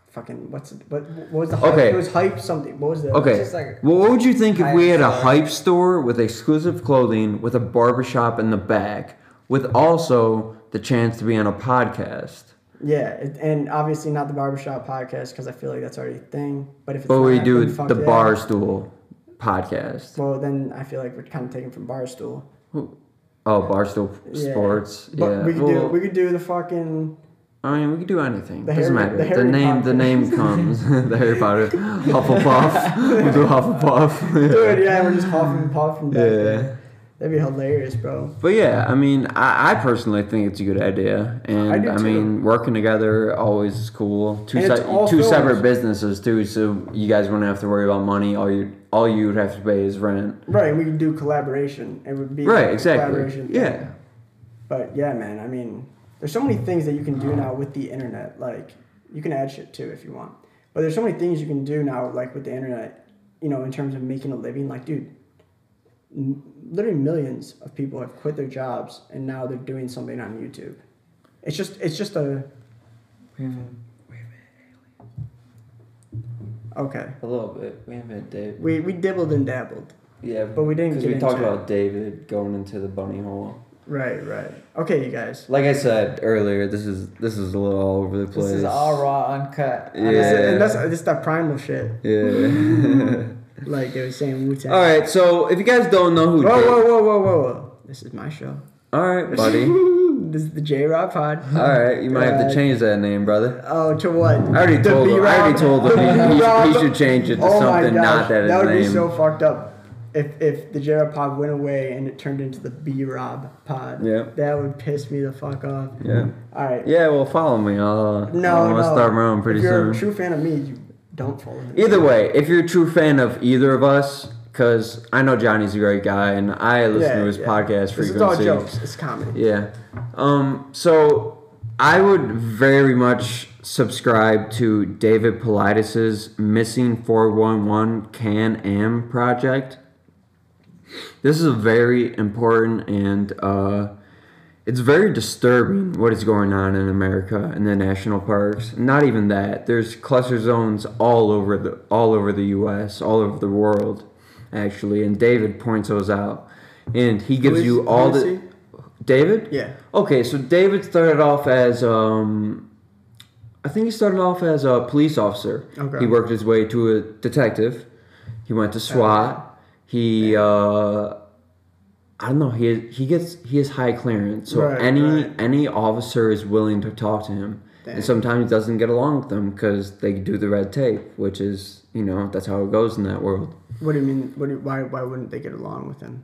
Speaker 1: fucking what's it, what, what was the
Speaker 2: Okay.
Speaker 1: hype? It was hype something. What was the
Speaker 2: Okay.
Speaker 3: just like-
Speaker 2: well, what would you think if
Speaker 3: Hype
Speaker 2: we had a
Speaker 3: store.
Speaker 2: hype store with exclusive clothing, with a barbershop in the back, with also the chance to be on a podcast?
Speaker 1: Yeah, it, and obviously not the barbershop podcast because I feel like that's already a thing. But if it's
Speaker 2: But
Speaker 1: not,
Speaker 2: we
Speaker 1: then
Speaker 2: do
Speaker 1: fuck
Speaker 2: the
Speaker 1: yeah.
Speaker 2: Barstool podcast.
Speaker 1: Well, then I feel like we're kind of taking from Barstool.
Speaker 2: Oh, Barstool
Speaker 1: Yeah.
Speaker 2: Sports.
Speaker 1: But
Speaker 2: yeah.
Speaker 1: we could do
Speaker 2: Well,
Speaker 1: we could do the fucking
Speaker 2: I mean, we could do anything.
Speaker 1: The
Speaker 2: Doesn't
Speaker 1: Harry-
Speaker 2: matter.
Speaker 1: the
Speaker 2: The,
Speaker 1: Harry
Speaker 2: name, the
Speaker 1: Potter.
Speaker 2: name comes. the Harry Potter, Hufflepuff. we'll do Hufflepuff.
Speaker 1: dude. Yeah, we're just huffing and puffing. back there.
Speaker 2: Yeah.
Speaker 1: that'd be hilarious, bro.
Speaker 2: But yeah, I mean, I, I personally think it's a good idea, and
Speaker 1: I do
Speaker 2: I,
Speaker 1: too.
Speaker 2: mean, working together always is cool. Two
Speaker 1: And it's
Speaker 2: se-
Speaker 1: all
Speaker 2: two
Speaker 1: films.
Speaker 2: separate businesses too, so you guys wouldn't have to worry about money. All you all you would have to pay is rent.
Speaker 1: Right, we could do collaboration. It would be
Speaker 2: Right,
Speaker 1: a
Speaker 2: exactly.
Speaker 1: collaboration thing.
Speaker 2: Yeah,
Speaker 1: But yeah, man, I mean, there's so many things that you can do now with the internet. Like, you can add shit too if you want. But there's so many things you can do now, like with the internet, you know, in terms of making a living. Like, dude, m- literally millions of people have quit their jobs and now they're doing something on YouTube. It's just, it's just a.
Speaker 3: We haven't-
Speaker 1: Okay.
Speaker 4: A little bit. We haven't David.
Speaker 1: We, we dabbled and dabbled.
Speaker 4: Yeah,
Speaker 1: But we didn't
Speaker 4: because
Speaker 1: get
Speaker 4: we talked
Speaker 1: into it.
Speaker 4: about David going into the bunny hole.
Speaker 1: Right, right. Okay, you guys.
Speaker 4: Like I said earlier, this is this is a little all over the
Speaker 3: This
Speaker 4: place.
Speaker 3: is all raw, uncut.
Speaker 4: Yeah.
Speaker 1: And that's, that's that primal shit.
Speaker 4: Yeah.
Speaker 1: Like they were saying Wu Tang.
Speaker 4: all right. So if you guys don't know who,
Speaker 1: Whoa,
Speaker 4: Dave-
Speaker 1: whoa, whoa, whoa, whoa, whoa. This is my show.
Speaker 4: all right, buddy.
Speaker 1: this is the J Rod Pod.
Speaker 4: All right, you might have
Speaker 1: Uh,
Speaker 4: to change that name, brother.
Speaker 1: Oh, to what?
Speaker 2: I already
Speaker 1: The
Speaker 2: told him. I already
Speaker 1: B-Rob?
Speaker 2: told
Speaker 1: The
Speaker 2: him he,
Speaker 1: B-Rob?
Speaker 2: he should change it to
Speaker 1: Oh my
Speaker 2: something
Speaker 1: gosh,
Speaker 2: not that his
Speaker 1: That would
Speaker 2: name.
Speaker 1: be so fucked up. If if the J Rod Pod went away and it turned into the B Rob Pod.
Speaker 2: Yeah.
Speaker 1: That would piss me the fuck off.
Speaker 2: yeah,
Speaker 1: All right.
Speaker 2: yeah. Well, follow me. I'll. Uh,
Speaker 1: No,
Speaker 2: I'll
Speaker 1: no.
Speaker 2: start my own pretty
Speaker 1: if you're
Speaker 2: soon.
Speaker 1: a true fan of me, you don't follow me.
Speaker 2: Either way, if you're a true fan of either of us, because I know Johnny's a great guy and I listen to his podcast
Speaker 1: This
Speaker 2: frequency.
Speaker 1: is all jokes. It's comedy.
Speaker 2: Yeah. Um, so I would very much subscribe to David Politis' Missing 411 Can Am project. This is a very important and uh, it's very disturbing what is going on in America in the national parks. Not even that. There's cluster zones all over the all over the US, all over the world, actually, and David points those out. And he gives
Speaker 1: is-
Speaker 2: you all
Speaker 1: who is
Speaker 2: the
Speaker 1: he?
Speaker 2: David?
Speaker 1: Yeah.
Speaker 2: Okay, so David started off as um, I think he started off as a police officer.
Speaker 1: Okay.
Speaker 2: He worked his way to a detective. He went to SWAT. He uh, I don't know. He he gets he has high clearance, so
Speaker 1: Right,
Speaker 2: any
Speaker 1: right.
Speaker 2: any officer is willing to talk to him.
Speaker 1: Dang.
Speaker 2: And sometimes he doesn't get along with them because they do the red tape, which is you know that's how it goes in that world.
Speaker 1: What do you mean? What do, you- why why wouldn't they get along with him?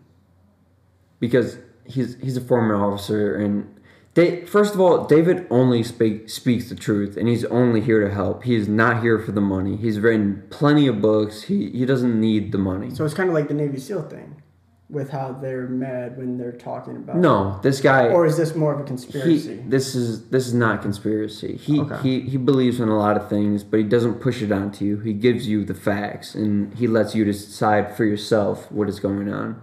Speaker 2: because he's he's a former officer and they first of all David only speak, speaks the truth and he's only here to help. He is not here for the money. He's written plenty of books. He he doesn't need the money.
Speaker 1: So it's kind of like the Navy SEAL thing, with how they're mad when they're talking about.
Speaker 2: No, this guy
Speaker 1: Or is this more of a
Speaker 2: he,
Speaker 1: conspiracy?
Speaker 2: this is this is not conspiracy. He,
Speaker 1: Okay.
Speaker 2: he he believes in a lot of things, but he doesn't push it onto you. He gives you the facts and he lets you decide for yourself what is going on.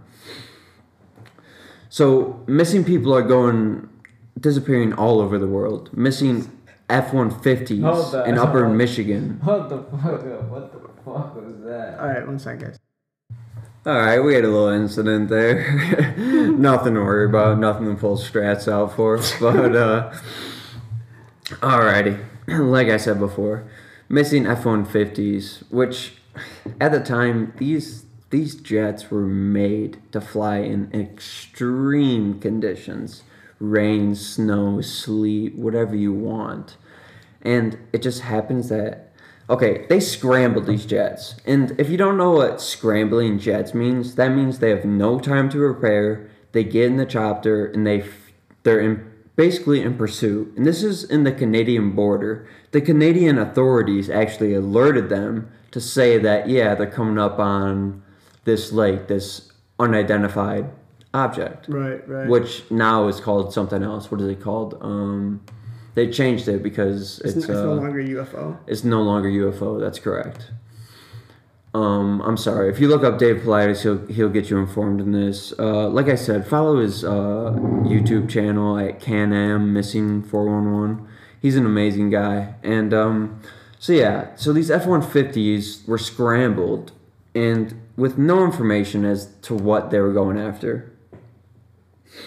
Speaker 2: So missing people are going disappearing all over the world. Missing F one fifties
Speaker 3: Hold
Speaker 2: in
Speaker 3: up.
Speaker 2: upper Michigan.
Speaker 3: What the fuck? uh, What the fuck was that?
Speaker 1: All right, one second, guys.
Speaker 2: Alright, we had a little incident there. nothing to worry about, nothing to pull strats out for. But uh Alrighty. Like I said before, missing F one fifties, which at the time these these jets were made to fly in extreme conditions. Rain, snow, sleet, whatever you want. And it just happens that okay, they scrambled these jets. And if you don't know what scrambling jets means, that means they have no time to prepare. They get in the chopper and they f- they're in basically in pursuit. And this is in the Canadian border. The Canadian authorities actually alerted them to say that yeah, they're coming up on this lake, this unidentified object
Speaker 1: Right, right.
Speaker 2: which now is called something else. What is it called? Um, they changed it because
Speaker 1: it's,
Speaker 2: it's
Speaker 1: n- it's no
Speaker 2: uh,
Speaker 1: longer UFO.
Speaker 2: it's no longer UFO. That's correct. Um, I'm sorry. If you look up Dave Politis, he'll he'll get you informed in this. Uh, like I said, follow his uh, YouTube channel at Can Am Missing Four One One. He's an amazing guy, and um, So yeah, so these F one fifties were scrambled and with no information as to what they were going after.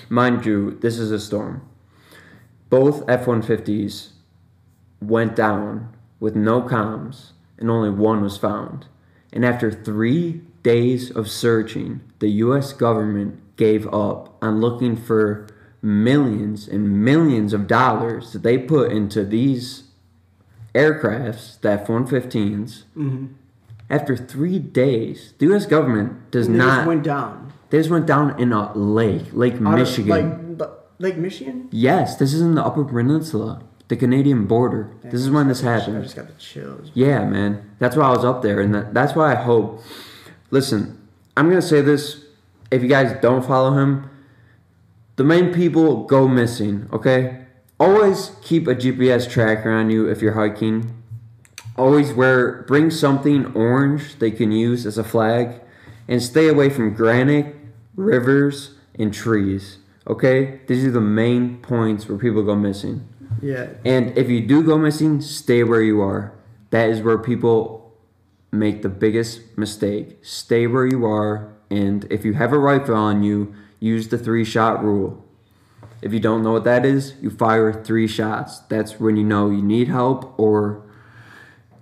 Speaker 2: Mind you, this is a storm. Both F one fifties went down with no comms and only one was found. And after three days of searching, the US government gave up on looking for millions and millions of dollars that they put into these aircrafts, the F 115s.
Speaker 1: Mm-hmm.
Speaker 2: After three days, the US government does
Speaker 1: They
Speaker 2: not.
Speaker 1: just went down.
Speaker 2: they just went down in a lake, Lake
Speaker 1: Out of-
Speaker 2: Michigan.
Speaker 1: like, but- Lake Michigan?
Speaker 2: yes, this is in the Upper Peninsula, the Canadian border. this is when this
Speaker 1: I
Speaker 2: happened.
Speaker 1: just got the chills.
Speaker 2: Yeah, man. That's why I was up there, and that, that's why I hope. Listen, I'm gonna say this. If you guys don't follow him, the main people go missing. Okay. Always keep a GPS tracker on you if you're hiking. Always wear bring something orange they can use as a flag, and stay away from granite, rivers, and trees. Okay, these are the main points where people go missing.
Speaker 1: Yeah.
Speaker 2: And if you do go missing, stay where you are. That is where people make the biggest mistake. Stay where you are. And if you have a rifle on you, use the three shot rule. If you don't know what that is, you fire three shots. That's when you know you need help, or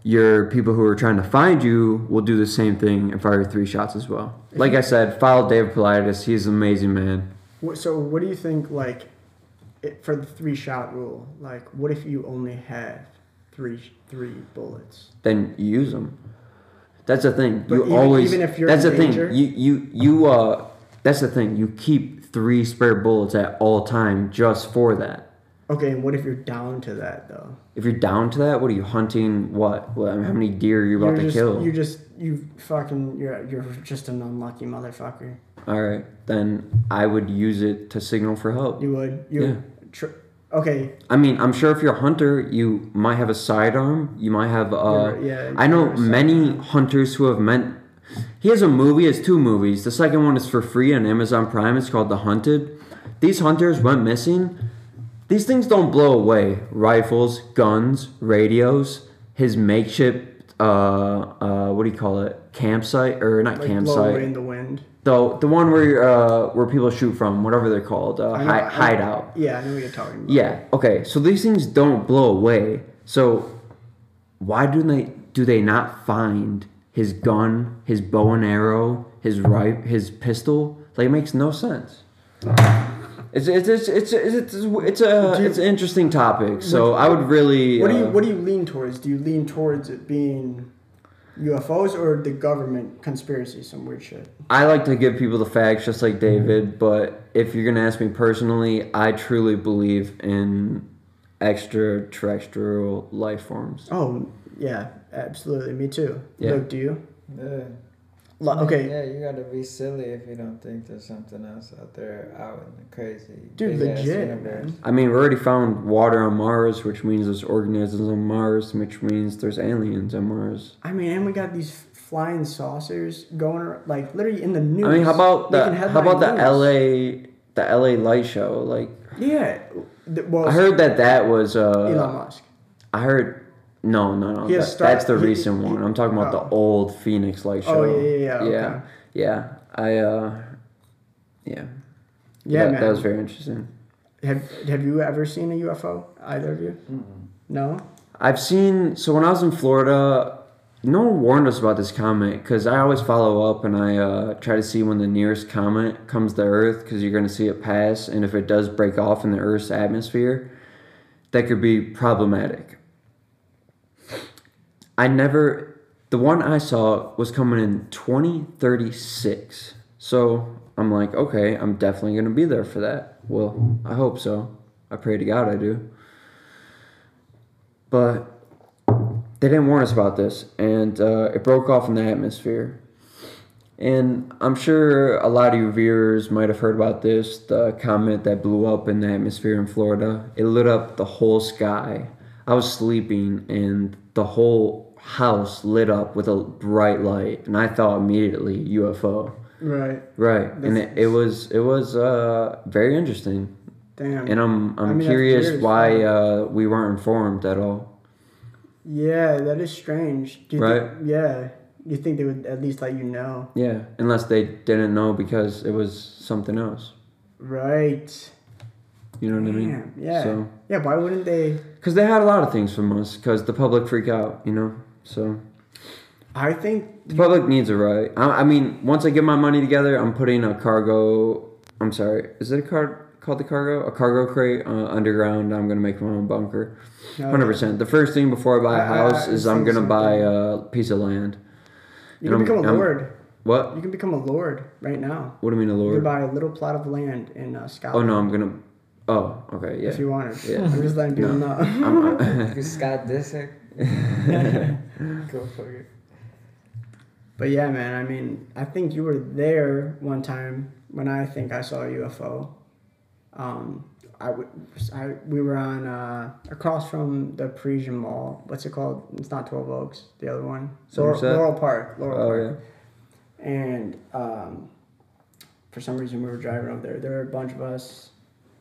Speaker 2: your people who are trying to find you will do the same thing and fire three shots as well. Like I said, follow David Politis. He's an amazing man.
Speaker 1: What, so what do you think, like, it, for the three shot rule? Like, what if you only have three three bullets?
Speaker 2: then you use them. That's the thing.
Speaker 1: But
Speaker 2: you
Speaker 1: even-
Speaker 2: always.
Speaker 1: even if you're
Speaker 2: that's
Speaker 1: in
Speaker 2: the
Speaker 1: danger?
Speaker 2: thing. You you you uh. That's the thing. You keep three spare bullets at all time just for that.
Speaker 1: Okay, and what if you're down to that though?
Speaker 2: If you're down to that, what are you hunting? What? what I mean, how many deer are you about
Speaker 1: you're
Speaker 2: to
Speaker 1: just,
Speaker 2: kill?
Speaker 1: You just you fucking you're you're just an unlucky motherfucker.
Speaker 2: All right, then I would use it to signal for help.
Speaker 1: You would you. would Tr- okay.
Speaker 2: I mean, I'm sure if you're a hunter, you might have a sidearm. You might have. Uh,
Speaker 1: You're- yeah,
Speaker 2: I
Speaker 1: you're
Speaker 2: know
Speaker 1: a
Speaker 2: many hunters who have meant. He has a movie. It's two movies. The second one is for free on Amazon Prime. It's called The Hunted. These hunters went missing. These things don't blow away. Rifles, guns, radios, his makeshift. Uh, uh, what do you call it? Campsite or not
Speaker 1: Like blow away in
Speaker 2: campsite?
Speaker 1: the wind.
Speaker 2: The the one where uh, where people shoot from, whatever they're called, uh,
Speaker 1: I know-
Speaker 2: hi-
Speaker 1: I-
Speaker 2: hideout.
Speaker 1: Yeah, I know what you're talking about.
Speaker 2: Yeah. Okay. So these things don't blow away. So why do they do they not find his gun, his bow and arrow, his right, his pistol? Like it makes no sense. It's it's it's it's it's, it's a
Speaker 1: Do you-
Speaker 2: it's an interesting topic. So I would really.
Speaker 1: What do you
Speaker 2: uh,
Speaker 1: what do you lean towards? Do you lean towards it being UFOs or the government conspiracy, some weird shit?
Speaker 2: I like to give people the facts, just like David. But if you're gonna ask me personally, I truly believe in extraterrestrial life forms.
Speaker 1: Oh yeah, absolutely. Me too.
Speaker 2: Yeah.
Speaker 1: Luke, do you?
Speaker 3: Yeah.
Speaker 1: Lo- Okay,
Speaker 3: Yeah, you gotta be silly if you don't think there's something else out there out in the crazy.
Speaker 1: dude,
Speaker 3: big-ass
Speaker 1: legit,
Speaker 3: universe.
Speaker 1: man.
Speaker 2: I mean, we already found water on Mars, which means there's organisms on Mars, which means there's aliens on Mars.
Speaker 1: I mean, and we got these flying saucers going ar- like literally in the news.
Speaker 2: I mean, how about the
Speaker 1: Making
Speaker 2: how about the
Speaker 1: headline news.
Speaker 2: LA the LA light show? Like,
Speaker 1: Yeah, th- well,
Speaker 2: I heard that that was
Speaker 1: Elon
Speaker 2: uh,
Speaker 1: Musk.
Speaker 2: I heard no, no, no.
Speaker 1: He
Speaker 2: That,
Speaker 1: has start-
Speaker 2: that's the
Speaker 1: he- he-
Speaker 2: recent one. I'm talking about the old Phoenix light show.
Speaker 1: Oh yeah, yeah, yeah. okay.
Speaker 2: yeah, yeah. I uh, yeah,
Speaker 1: Yeah,
Speaker 2: That,
Speaker 1: man.
Speaker 2: that was very interesting.
Speaker 1: Have Have you ever seen a UFO? Either of you? No.
Speaker 2: I've seen so when I was in Florida, no one warned us about this comet because I always follow up and I uh, try to see when the nearest comet comes to Earth because you're going to see it pass, and if it does break off in the Earth's atmosphere, that could be problematic. I never. The one I saw was coming in 2036. So I'm like, okay, I'm definitely going to be there for that. Well, I hope so. I pray to God I do. But they didn't warn us about this, and uh, it broke off in the atmosphere. And I'm sure a lot of you viewers might have heard about this the comet that blew up in the atmosphere in Florida. It lit up the whole sky. I was sleeping, and the whole house lit up with a bright light, and I thought immediately UFO.
Speaker 1: Right.
Speaker 2: Right, and
Speaker 1: That's-
Speaker 2: it, it was it was uh, very interesting,
Speaker 1: Damn.
Speaker 2: and I'm I'm
Speaker 1: I mean, that's
Speaker 2: curious
Speaker 1: weird.
Speaker 2: why uh, we weren't informed at all.
Speaker 1: Yeah, that is strange. Do you
Speaker 2: Right?
Speaker 1: Think, yeah. You think they would at least let you know.
Speaker 2: Yeah, unless they didn't know because it was something else.
Speaker 1: Right.
Speaker 2: You know what I mean?
Speaker 1: Damn, Yeah.
Speaker 2: So,
Speaker 1: Yeah, why wouldn't they?
Speaker 2: because they had a lot of things from us, because the public freak out, you know. So
Speaker 1: I think
Speaker 2: the public needs a ride. I, I mean, once I get my money together, I'm putting a cargo. I'm sorry, is it a car called the cargo? A cargo crate uh, underground. I'm gonna make my own bunker. Hundred percent. The first thing before I buy a
Speaker 1: I- I-
Speaker 2: house
Speaker 1: I
Speaker 2: is
Speaker 1: think
Speaker 2: I'm gonna
Speaker 1: uh, something.
Speaker 2: buy a piece of land.
Speaker 1: you
Speaker 2: And
Speaker 1: can
Speaker 2: I'm-
Speaker 1: become a
Speaker 2: I'm-
Speaker 1: lord.
Speaker 2: What?
Speaker 1: You can become a lord right now.
Speaker 2: What do you mean, a
Speaker 1: You can
Speaker 2: lord?
Speaker 1: buy a little plot of land in uh,
Speaker 2: Oh
Speaker 1: Scotland.
Speaker 2: no, I'm gonna. Oh, okay,
Speaker 1: If
Speaker 2: yeah.
Speaker 1: you wanted.
Speaker 2: Yeah.
Speaker 1: I'm just letting people
Speaker 2: No.
Speaker 1: know.
Speaker 2: I'm- I-
Speaker 3: If you Scott Disick, go for it.
Speaker 1: But yeah, man. I mean, I think you were there one time when I think I saw a UFO. Um, I would. I we were on uh, across from the Parisian Mall. What's it called? It's not Twelve Oaks. The other one. Laurel,
Speaker 2: Somerset?
Speaker 1: Laurel Park. Laurel
Speaker 2: oh
Speaker 1: Park.
Speaker 2: yeah.
Speaker 1: and um, for some reason we were driving up there. There were a bunch of us.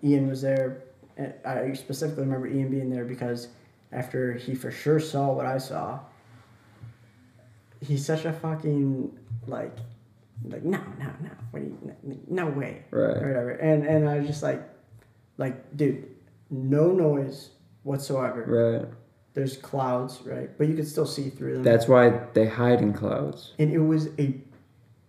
Speaker 1: Ian was there. And I specifically remember Ian being there because after he for sure saw what I saw, he's such a fucking like, like no, no, no, what do you, no, no way,
Speaker 2: Right.
Speaker 1: or whatever. And and I was just like, like dude, no noise whatsoever.
Speaker 2: Right.
Speaker 1: There's clouds, right? But you could still see through them
Speaker 2: That's why they hide in clouds.
Speaker 1: and it was a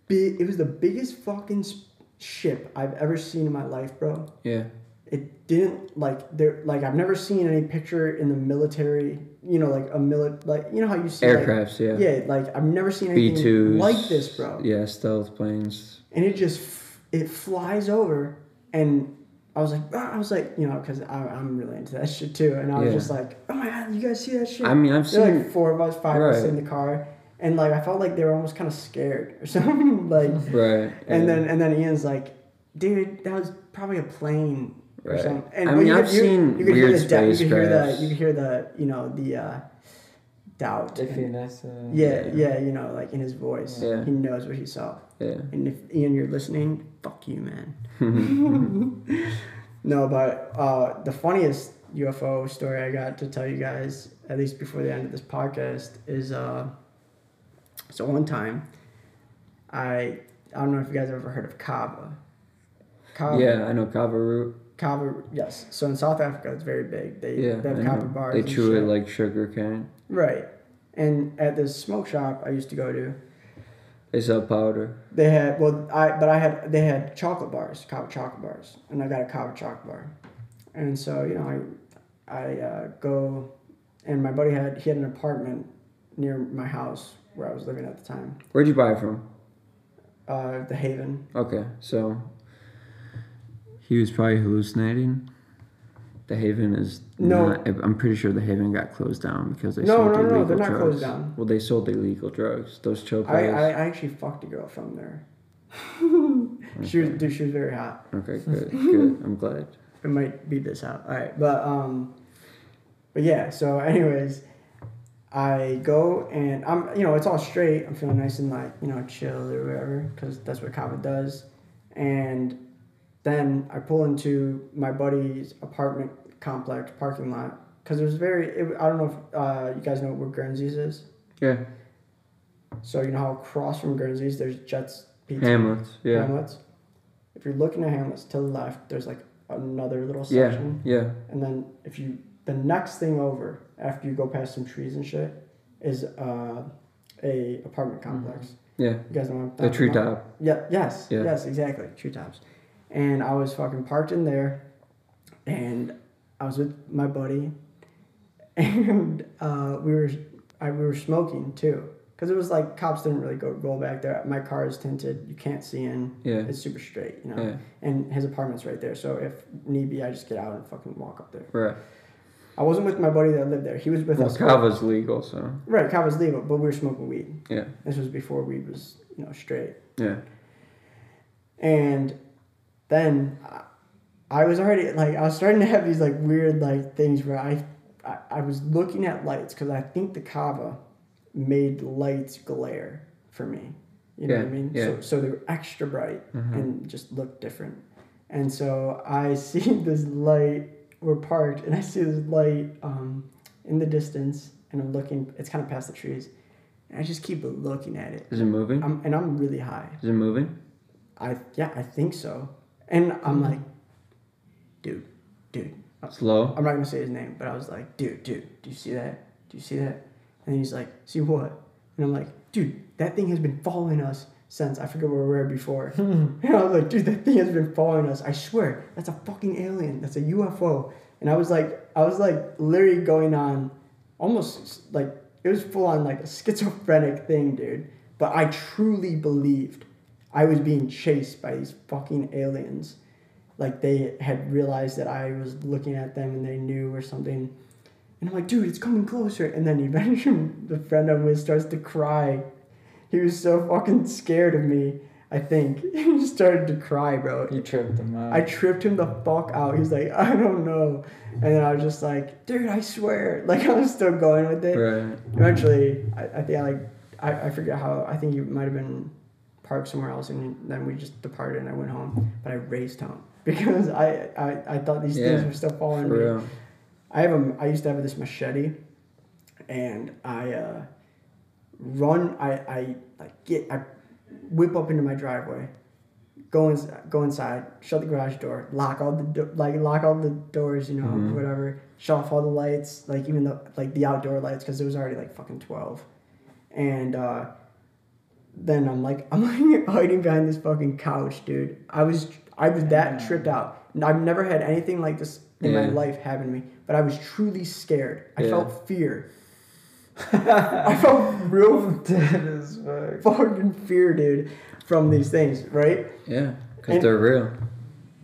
Speaker 1: big it was the biggest fucking s- ship i've ever seen in my life bro
Speaker 2: Yeah.
Speaker 1: it didn't like there like i've never seen any picture in the military you know like a milit like you know how you see like-
Speaker 2: Aircrafts, yeah.
Speaker 1: yeah like i've never seen
Speaker 2: B
Speaker 1: anything
Speaker 2: two
Speaker 1: like this bro
Speaker 2: Yeah, stealth planes.
Speaker 1: and it just f- it flies over and i was like "Ah," i was like you know because i'm really into that shit too and i was
Speaker 2: Yeah.
Speaker 1: just like oh my god you guys see that shit
Speaker 2: I mean, I've
Speaker 1: there were
Speaker 2: seen.
Speaker 1: like four of us five of us
Speaker 2: Right.
Speaker 1: in the car and like i felt like they were almost kind of scared or something like
Speaker 2: right.
Speaker 1: and
Speaker 2: yeah.
Speaker 1: then and then ian's like dude that was probably a plane or
Speaker 2: Right.
Speaker 1: something
Speaker 2: I
Speaker 1: but
Speaker 2: mean,
Speaker 1: you
Speaker 2: I've
Speaker 1: could- you-
Speaker 2: seen
Speaker 1: you could hear
Speaker 2: weird
Speaker 1: the doubt- you could hear the
Speaker 2: spacecrafts.
Speaker 1: you could hear the you know the uh doubt
Speaker 3: If you
Speaker 1: and-
Speaker 3: nice, uh,
Speaker 1: yeah, yeah, you know, like in his voice,
Speaker 2: Yeah.
Speaker 1: he knows what he saw.
Speaker 2: Yeah.
Speaker 1: And if Ian, you're listening, fuck you, man. no, but uh, the funniest UFO story I got to tell you guys, at least before the end of this podcast, is uh, so one time, I I don't know if you guys ever heard of Kava. Kava,
Speaker 2: yeah, I know Kava root.
Speaker 1: Kava, yes. So in South Africa, it's very big. They,
Speaker 2: Yeah,
Speaker 1: they have
Speaker 2: I
Speaker 1: Kava
Speaker 2: know.
Speaker 1: bars.
Speaker 2: They
Speaker 1: and
Speaker 2: chew
Speaker 1: shit.
Speaker 2: it like sugar cane.
Speaker 1: right. And at this smoke shop I used to go to,
Speaker 2: They sell powder.
Speaker 1: They had well, I but I had they had chocolate bars, kava chocolate bars, and I got a kava chocolate bar, and so you know I, I uh, go, and my buddy had he had an apartment near my house where I was living at the time,
Speaker 2: Where'd you buy it from?
Speaker 1: uh, the Haven.
Speaker 2: Okay, so he was probably hallucinating. The Haven is
Speaker 1: No.
Speaker 2: Not, I'm pretty sure the Haven got closed down because they
Speaker 1: No, no,
Speaker 2: sold
Speaker 1: no,
Speaker 2: illegal
Speaker 1: they're not
Speaker 2: drugs.
Speaker 1: closed down.
Speaker 2: Well, they sold illegal drugs. Those choke
Speaker 1: I, I, I actually fucked a girl from there. she was dude, she was very hot.
Speaker 2: Okay, good, good. I'm glad.
Speaker 1: It might beat this out. All right, but um, but yeah. So, anyways, I go and I'm you know it's all straight. I'm feeling nice and like you know chill or whatever because that's what kava does. And then I pull into my buddy's apartment complex parking lot because it was very. It, I don't know if uh, you guys know where Guernsey's is.
Speaker 2: Yeah,
Speaker 1: So you know how across from Guernsey's there's Jets Pizza.
Speaker 2: Hamlets. Yeah,
Speaker 1: Hamlets. If you're looking at Hamlets to the left, there's like another little
Speaker 2: Yeah.
Speaker 1: section.
Speaker 2: yeah.
Speaker 1: And then if you the next thing over after you go past some trees and shit is uh, a apartment complex.
Speaker 2: Yeah.
Speaker 1: You guys know what I'm
Speaker 2: Mm-hmm. The
Speaker 1: talking about?
Speaker 2: treetop.
Speaker 1: Yeah. Yes.
Speaker 2: Yeah.
Speaker 1: Yes. Exactly. Treetops. And I was fucking parked in there, and I was with my buddy, and uh, we were I, we were smoking too. Cause it was like cops didn't really go roll back there. My car is tinted; you can't see in.
Speaker 2: Yeah.
Speaker 1: It's super straight, you know.
Speaker 2: Yeah.
Speaker 1: And his apartment's right there, so if need be, I just get out and fucking walk up there.
Speaker 2: Right.
Speaker 1: I wasn't with my buddy that lived there. He was with
Speaker 2: Well,
Speaker 1: us.
Speaker 2: kava's legal, so
Speaker 1: Right, Kava's legal, but we were smoking weed.
Speaker 2: yeah,
Speaker 1: This was before weed was, you know, straight.
Speaker 2: yeah.
Speaker 1: And then I- I was already like, I was starting to have these like weird like things where I, I, I was looking at lights because I think the Kava made lights glare for me. You know what I
Speaker 2: Yeah,
Speaker 1: mean?
Speaker 2: yeah.
Speaker 1: So, so they were extra bright
Speaker 2: Mm-hmm.
Speaker 1: and just looked different. And so I see this light, we're parked, and I see this light um, in the distance, and I'm looking. It's kind of past the trees, and I just keep looking at it.
Speaker 2: Is it moving?
Speaker 1: I'm, and I'm really high.
Speaker 2: Is it moving?
Speaker 1: I yeah, I think so. And I'm like, dude, dude.
Speaker 2: Slow.
Speaker 1: I'm not gonna say his name, but I was like, dude, dude, do you see that? Do you see that? And he's like, see what? And I'm like, dude, that thing has been following us since I forget where we were before. and I was like, dude, that thing has been following us. I swear, that's a fucking alien. That's a UFO. And I was like, I was like, literally going on, almost like it was full on like a schizophrenic thing, dude. But I truly believed I was being chased by these fucking aliens like they had realized that I was looking at them and they knew or something. And I'm like, dude, it's coming closer. And then eventually the friend I'm with starts to cry. He was so fucking scared of me, I think. He just started to cry, bro.
Speaker 3: You tripped them out.
Speaker 1: I tripped him the fuck out. He's like, I don't know. And then I was just like, dude, I swear. Like, I was still going with it.
Speaker 2: Right.
Speaker 1: Eventually, I, I think I like, I, I forget how, I think you might have been parked somewhere else and then we just departed and I went home. But I raced home because I, I, I thought these things
Speaker 2: Yeah,
Speaker 1: were still following me.
Speaker 2: For real.
Speaker 1: I have a, I used to have this machete, and I uh, run. I, I like get. I whip up into my driveway, go ins go inside, shut the garage door, lock all the do- like lock all the doors, you know, whatever. Shut off all the lights, like even the like the outdoor lights, because it was already like fucking twelve, and. uh then I'm like, I'm hiding behind this fucking couch, dude. I was, I was that tripped out. And I've never had anything like this in my
Speaker 2: Yeah.
Speaker 1: life happen to me, but I was truly scared. I
Speaker 2: Yeah.
Speaker 1: felt fear. I felt real
Speaker 3: Dead as fuck.
Speaker 1: fucking fear, dude, from these things, right?
Speaker 2: Yeah. Cause
Speaker 1: And-
Speaker 2: they're real.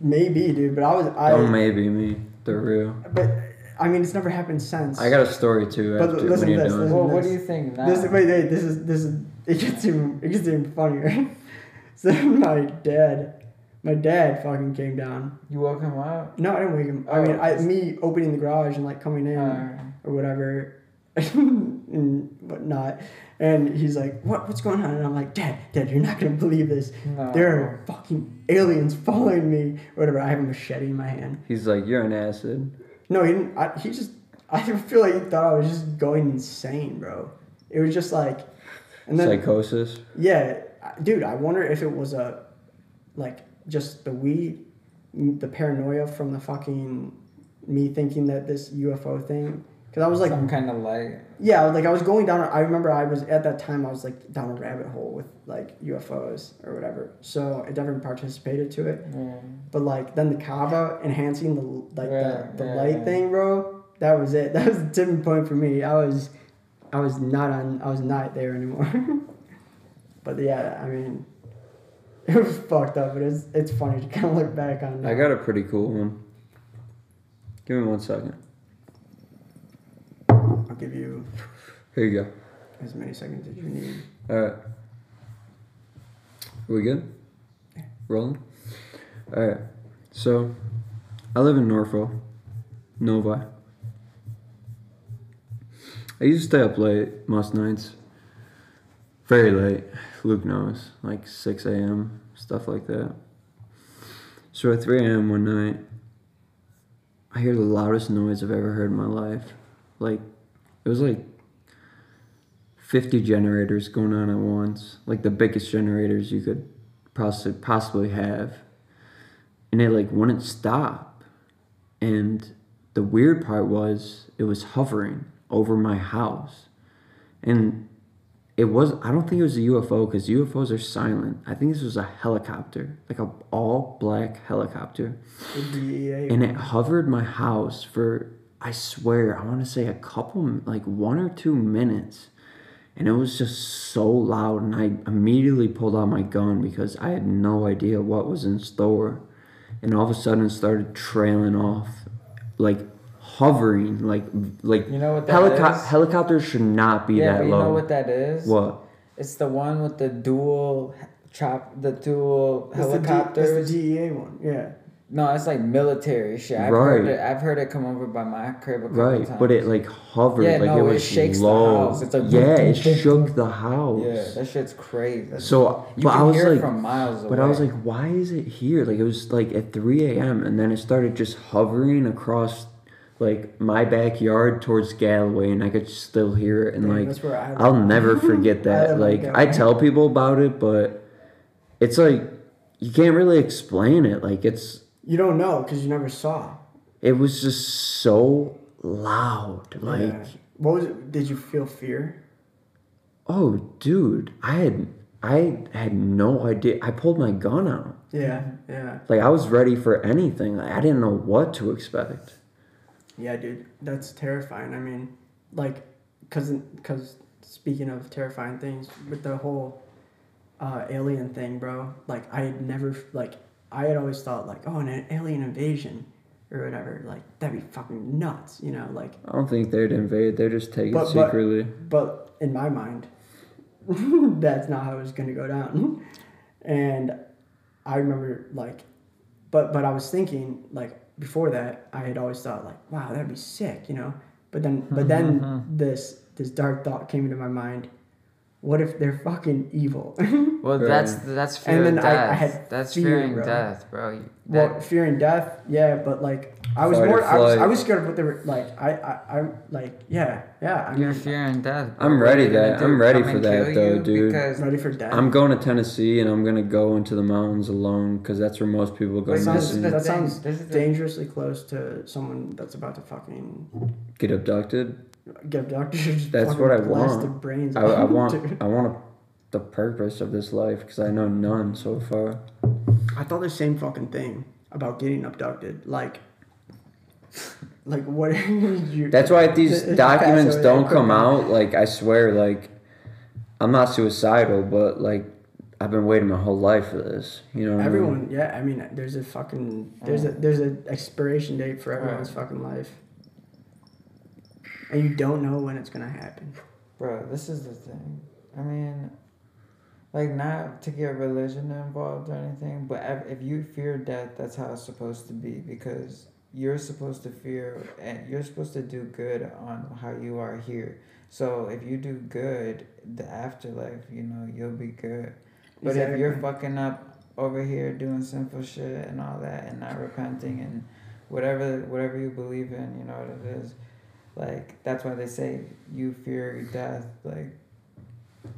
Speaker 1: Maybe, dude, but I was, I,
Speaker 2: Don't maybe me. They're real.
Speaker 1: but I mean, it's never happened since.
Speaker 2: I got a story too.
Speaker 1: But
Speaker 2: After,
Speaker 1: listen
Speaker 2: when
Speaker 1: to
Speaker 2: you're
Speaker 1: this,
Speaker 2: done.
Speaker 1: listen-
Speaker 3: Well, what do you think now?
Speaker 1: This wait, wait, this is this is it gets even it gets even funnier. so my dad, my dad fucking came down.
Speaker 3: you woke him up.
Speaker 1: No, I didn't wake him. I
Speaker 3: Oh,
Speaker 1: mean, I,
Speaker 3: just-
Speaker 1: me opening the garage and like coming in
Speaker 3: Alright.
Speaker 1: or whatever, and whatnot. And he's like, "What? What's going on?" And I'm like, "Dad, Dad, you're not gonna believe this.
Speaker 3: No.
Speaker 1: There are fucking aliens following me or whatever." I have a machete in my hand.
Speaker 2: He's like, you're an acid.
Speaker 1: No, he didn't. I, he just. I feel like he thought I was just going insane, bro. It was just like, and then
Speaker 2: Psychosis.
Speaker 1: yeah, I- dude, I wonder if it was a, like, just the we, the paranoia from the fucking me thinking that this UFO thing. Because I was like,
Speaker 3: Some kind of light.
Speaker 1: yeah, like I was going down. I remember I was at that time. I was like down a rabbit hole with like UFOs or whatever. So I definitely participated to it.
Speaker 3: Yeah.
Speaker 1: But like then the Kava enhancing the like
Speaker 3: Yeah,
Speaker 1: the, the
Speaker 3: yeah,
Speaker 1: light
Speaker 3: yeah.
Speaker 1: thing, bro. That was it. That was the tipping point for me. I was, I was not on. I was not there anymore. but yeah, I mean, it was fucked up. But it's it's funny to kind of look back on.
Speaker 2: I got a pretty cool one. Give me one second.
Speaker 1: I'll give you
Speaker 2: Here you go.
Speaker 1: as many seconds as you need.
Speaker 2: All right. Are we good? Rolling? All right. So, I live in Norfolk, Novi. I used to stay up late most nights. Very late. Luke knows. Like 6 a.m., stuff like that. So, at 3 a.m. one night, I hear the loudest noise I've ever heard in my life. Like, it was like 50 generators going on at once, like the biggest generators you could possibly possibly have. And it like wouldn't stop. And the weird part was it was hovering over my house. And it was I don't think it was a UFO cuz UFOs are silent. I think this was a helicopter, like a all black helicopter
Speaker 1: The E DEA.
Speaker 2: and it hovered my house for I swear I want to say a couple like one or two minutes and it was just so loud and I immediately pulled out my gun because I had no idea what was in store and all of a sudden it started trailing off like hovering like like
Speaker 3: You know what that
Speaker 2: helicopter
Speaker 3: is?
Speaker 2: helicopters should not be
Speaker 3: yeah,
Speaker 2: that
Speaker 3: but you
Speaker 2: low
Speaker 3: know what that is?
Speaker 2: what
Speaker 3: It's the one with the dual chop, the dual
Speaker 1: That's the D-
Speaker 3: helicopters.
Speaker 1: That's the DEA one. Yeah.
Speaker 3: no, it's like military shit. I've heard
Speaker 2: Right.
Speaker 3: it. I've heard it come over by my crib a couple
Speaker 2: Right,
Speaker 3: times.
Speaker 2: but it like hovered,
Speaker 3: Yeah,
Speaker 2: like
Speaker 3: no,
Speaker 2: it
Speaker 3: it
Speaker 2: was
Speaker 3: shakes the
Speaker 2: low.
Speaker 3: house. It's like-
Speaker 2: yeah, it shook the house.
Speaker 3: yeah, that shit's crazy.
Speaker 2: So,
Speaker 3: You
Speaker 2: but
Speaker 3: can
Speaker 2: I was
Speaker 3: hear it
Speaker 2: like,
Speaker 3: from miles
Speaker 2: but I was
Speaker 3: away.
Speaker 2: like, why is it here? Like it was like at 3 a.m. and then it started just hovering across like my backyard towards Galloway, and I could still hear it. And
Speaker 1: Damn,
Speaker 2: like
Speaker 1: that's where I live.
Speaker 2: I'll never forget that.
Speaker 1: live on
Speaker 2: like I
Speaker 1: Galloway.
Speaker 2: tell people about it, but it's like you can't really explain it. Like it's
Speaker 1: You don't know because you never saw.
Speaker 2: it was just so loud. Like
Speaker 1: Yeah. What was it? Did you feel fear?
Speaker 2: oh dude, I had I had no idea. I pulled my gun out.
Speaker 1: Yeah, yeah,
Speaker 2: Like I was ready for anything. Like, I didn't know what to expect.
Speaker 1: yeah, dude. That's terrifying. I mean, like, cause, cause speaking of terrifying things, with the whole uh, alien thing, bro. Like, I had never like I had always thought like, oh, an alien invasion or whatever. Like, that'd be fucking nuts, you know? Like,
Speaker 2: I don't think they'd invade. They're just taking
Speaker 1: But- but-
Speaker 2: secretly.
Speaker 1: But in my mind, that's not how it was gonna go down. And I remember like, but but I was thinking like before that I had always thought like, wow, that'd be sick, you know. But then
Speaker 4: Mm-hmm,
Speaker 1: but then this this dark thought came into my mind. What if they're fucking evil?
Speaker 3: Well,
Speaker 2: Right.
Speaker 3: that's that's fear
Speaker 1: then
Speaker 3: of
Speaker 1: I- I
Speaker 3: death.
Speaker 1: had
Speaker 3: that's
Speaker 1: fear,
Speaker 3: fearing
Speaker 1: bro.
Speaker 3: death, bro. You- That,
Speaker 1: well, fear and death, yeah. But like, I was
Speaker 4: Fight or
Speaker 1: more I was, I
Speaker 4: flight.
Speaker 1: was scared of what they were like. I I I'm like yeah yeah. I
Speaker 3: you're
Speaker 1: mean,
Speaker 3: fearing death. Bro.
Speaker 2: I'm
Speaker 3: What are
Speaker 2: ready
Speaker 3: they gonna
Speaker 2: that-
Speaker 3: do?
Speaker 2: I'm ready
Speaker 3: Come
Speaker 2: for
Speaker 3: and
Speaker 2: that,
Speaker 3: kill
Speaker 2: though,
Speaker 3: you?
Speaker 2: dude.
Speaker 3: Because
Speaker 1: ready for death.
Speaker 2: I'm going to Tennessee and I'm gonna go into the mountains alone because that's where most people go
Speaker 3: Wait, so
Speaker 1: sounds,
Speaker 3: This is
Speaker 2: missing,
Speaker 3: the
Speaker 1: that
Speaker 3: thing.
Speaker 1: sounds
Speaker 3: This is the-
Speaker 1: dangerously close to someone that's about to fucking
Speaker 2: get abducted.
Speaker 1: get abducted.
Speaker 2: That's
Speaker 1: fucking
Speaker 2: what I
Speaker 1: blast
Speaker 2: want.
Speaker 1: Their brains
Speaker 2: I,
Speaker 1: out,
Speaker 2: I
Speaker 1: dude.
Speaker 2: want I want the purpose of this life because I know none so far.
Speaker 1: I thought the same fucking thing about getting abducted. Like, like what? you,
Speaker 2: That's why if these
Speaker 1: Pass
Speaker 2: documents
Speaker 1: over
Speaker 2: don't
Speaker 1: that
Speaker 2: come
Speaker 1: quick.
Speaker 2: out, like I swear, like I'm not suicidal, but like I've been waiting my whole life for this. You know, what I mean?
Speaker 1: Everyone, yeah. I mean, there's a fucking there's
Speaker 3: Mm.
Speaker 1: a there's an expiration date for everyone's fucking life, and you don't know when it's gonna happen.
Speaker 3: Bro, this is the thing. I mean, like, not to get religion involved or anything, but if- if you fear death, that's how it's supposed to be because you're supposed to fear and you're supposed to do good on how you are here. So if you do good, the afterlife, you know, you'll be good. But if you're
Speaker 1: Exactly.
Speaker 3: fucking up over here doing sinful shit and all that and not repenting and whatever whatever you believe in, you know what it is. Like that's why they say you fear death, like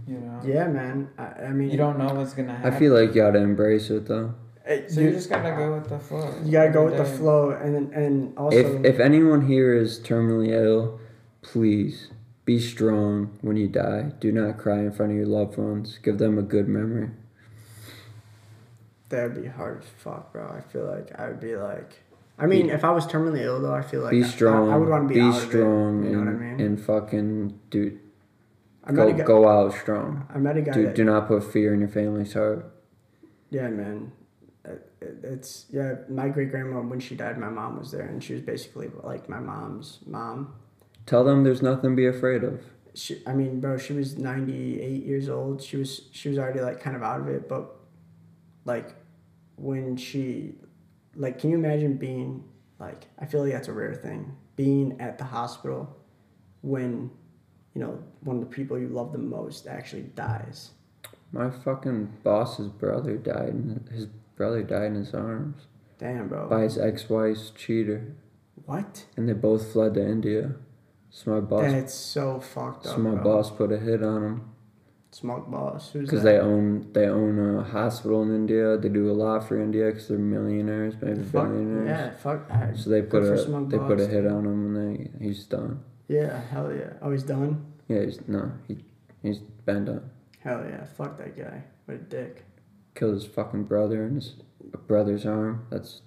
Speaker 3: you know.
Speaker 1: Yeah, man. I, I mean,
Speaker 3: You don't know what's gonna
Speaker 2: I
Speaker 3: happen.
Speaker 2: feel like you ought to embrace it though.
Speaker 1: it-
Speaker 3: so you just gotta go with the flow.
Speaker 1: You gotta go with the
Speaker 3: Every day.
Speaker 1: flow, and then- and also
Speaker 2: if if anyone here is terminally ill, please be strong when you die. Do not cry in front of your loved ones. Give them a good memory.
Speaker 1: that'd be hard as fuck, bro. I feel like I would be like, I mean, if I was terminally ill though, I feel like
Speaker 2: be
Speaker 1: I-
Speaker 2: strong.
Speaker 1: I, would want to be, out
Speaker 2: strong.
Speaker 1: Of it, you know
Speaker 2: and,
Speaker 1: what I mean?
Speaker 2: and fucking do
Speaker 1: I met
Speaker 2: go
Speaker 1: a guy.
Speaker 2: go out strong.
Speaker 1: I met a guy.
Speaker 2: Do
Speaker 1: that-
Speaker 2: do not put fear in your family's heart.
Speaker 1: yeah, man. It- it- It's yeah. My great grandma when she died, my mom was there, and she was basically like my mom's mom.
Speaker 2: Tell them there's nothing to be afraid of.
Speaker 1: She, I mean, bro, she was ninety eight years old. She was she was already like kind of out of it, but like when she like can you imagine being like i feel like that's a rare thing being at the hospital when you know one of the people you love the most actually dies
Speaker 2: My fucking boss's brother died. In, his brother died in his arms
Speaker 1: damn bro
Speaker 2: by his ex-wife's cheater,
Speaker 1: what
Speaker 2: and they both fled to India. So my boss,
Speaker 1: that's so fucked up
Speaker 2: so my
Speaker 1: bro.
Speaker 2: boss put a hit on him.
Speaker 1: smug boss who's
Speaker 2: Because
Speaker 1: that
Speaker 2: they own they own a hospital in India. They do a lot for India because they're millionaires, maybe
Speaker 1: fuck,
Speaker 2: billionaires.
Speaker 1: yeah fuck I,
Speaker 2: So they put
Speaker 1: Good for
Speaker 2: a
Speaker 1: Simone
Speaker 2: they put a
Speaker 1: Biles.
Speaker 2: hit on him, and they he's done.
Speaker 1: yeah hell yeah oh he's done
Speaker 2: Yeah, he's no, he he's banned up.
Speaker 1: hell yeah fuck that guy what a dick
Speaker 2: Killed his fucking brother in his brother's arm. That's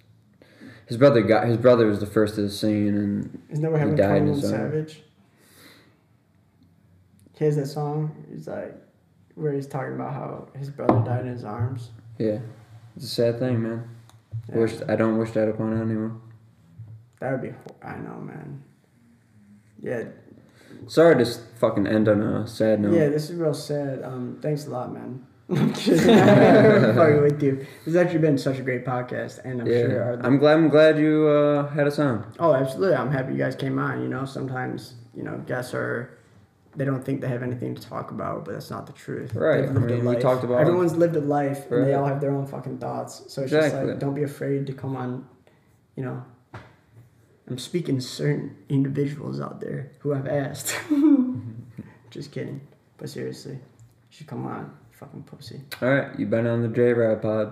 Speaker 2: his brother got his brother was the first to the scene, and
Speaker 1: isn't that what
Speaker 2: He
Speaker 1: happened
Speaker 2: died in
Speaker 1: to 21
Speaker 2: his own-
Speaker 1: savage he has that song he's like where he's talking about how his brother died in his arms
Speaker 2: yeah, it's a sad thing, man.
Speaker 1: Yeah.
Speaker 2: Wish I don't wish that upon anyone.
Speaker 1: That would be. hor- I know, man. Yeah,
Speaker 2: Sorry to s- fucking end on a sad note.
Speaker 1: yeah. This is real sad. Um, thanks a lot, man. I'm kidding. I'm fucking with you. This has actually been such a great podcast, and I'm
Speaker 2: Yeah.
Speaker 1: sure. Our,
Speaker 2: I'm glad I'm glad you uh, had us on.
Speaker 1: oh, absolutely. I'm happy you guys came on. You know, sometimes you know guests are. They don't think they have anything to talk about, but that's not the truth.
Speaker 2: Right,
Speaker 1: They've
Speaker 2: I
Speaker 1: lived a
Speaker 2: mean, we
Speaker 1: life.
Speaker 2: talked about-
Speaker 1: Everyone's lived a life, and they
Speaker 2: Right.
Speaker 1: all have their own fucking thoughts. So it's just
Speaker 2: Exactly.
Speaker 1: like, don't be afraid to come on. You know, I'm speaking to certain individuals out there who I've asked. Just kidding. But seriously, you should come on, fucking pussy.
Speaker 4: All right, you've been on the J Rad Pod.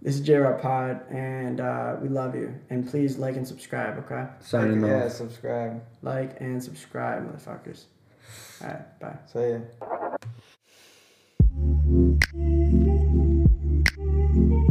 Speaker 1: This is J Rod Pod, and uh, we love you. And please like and subscribe, okay?
Speaker 4: Signing
Speaker 3: yeah,
Speaker 4: off.
Speaker 3: subscribe.
Speaker 1: Like and subscribe, motherfuckers. All right, bye.
Speaker 3: Say it.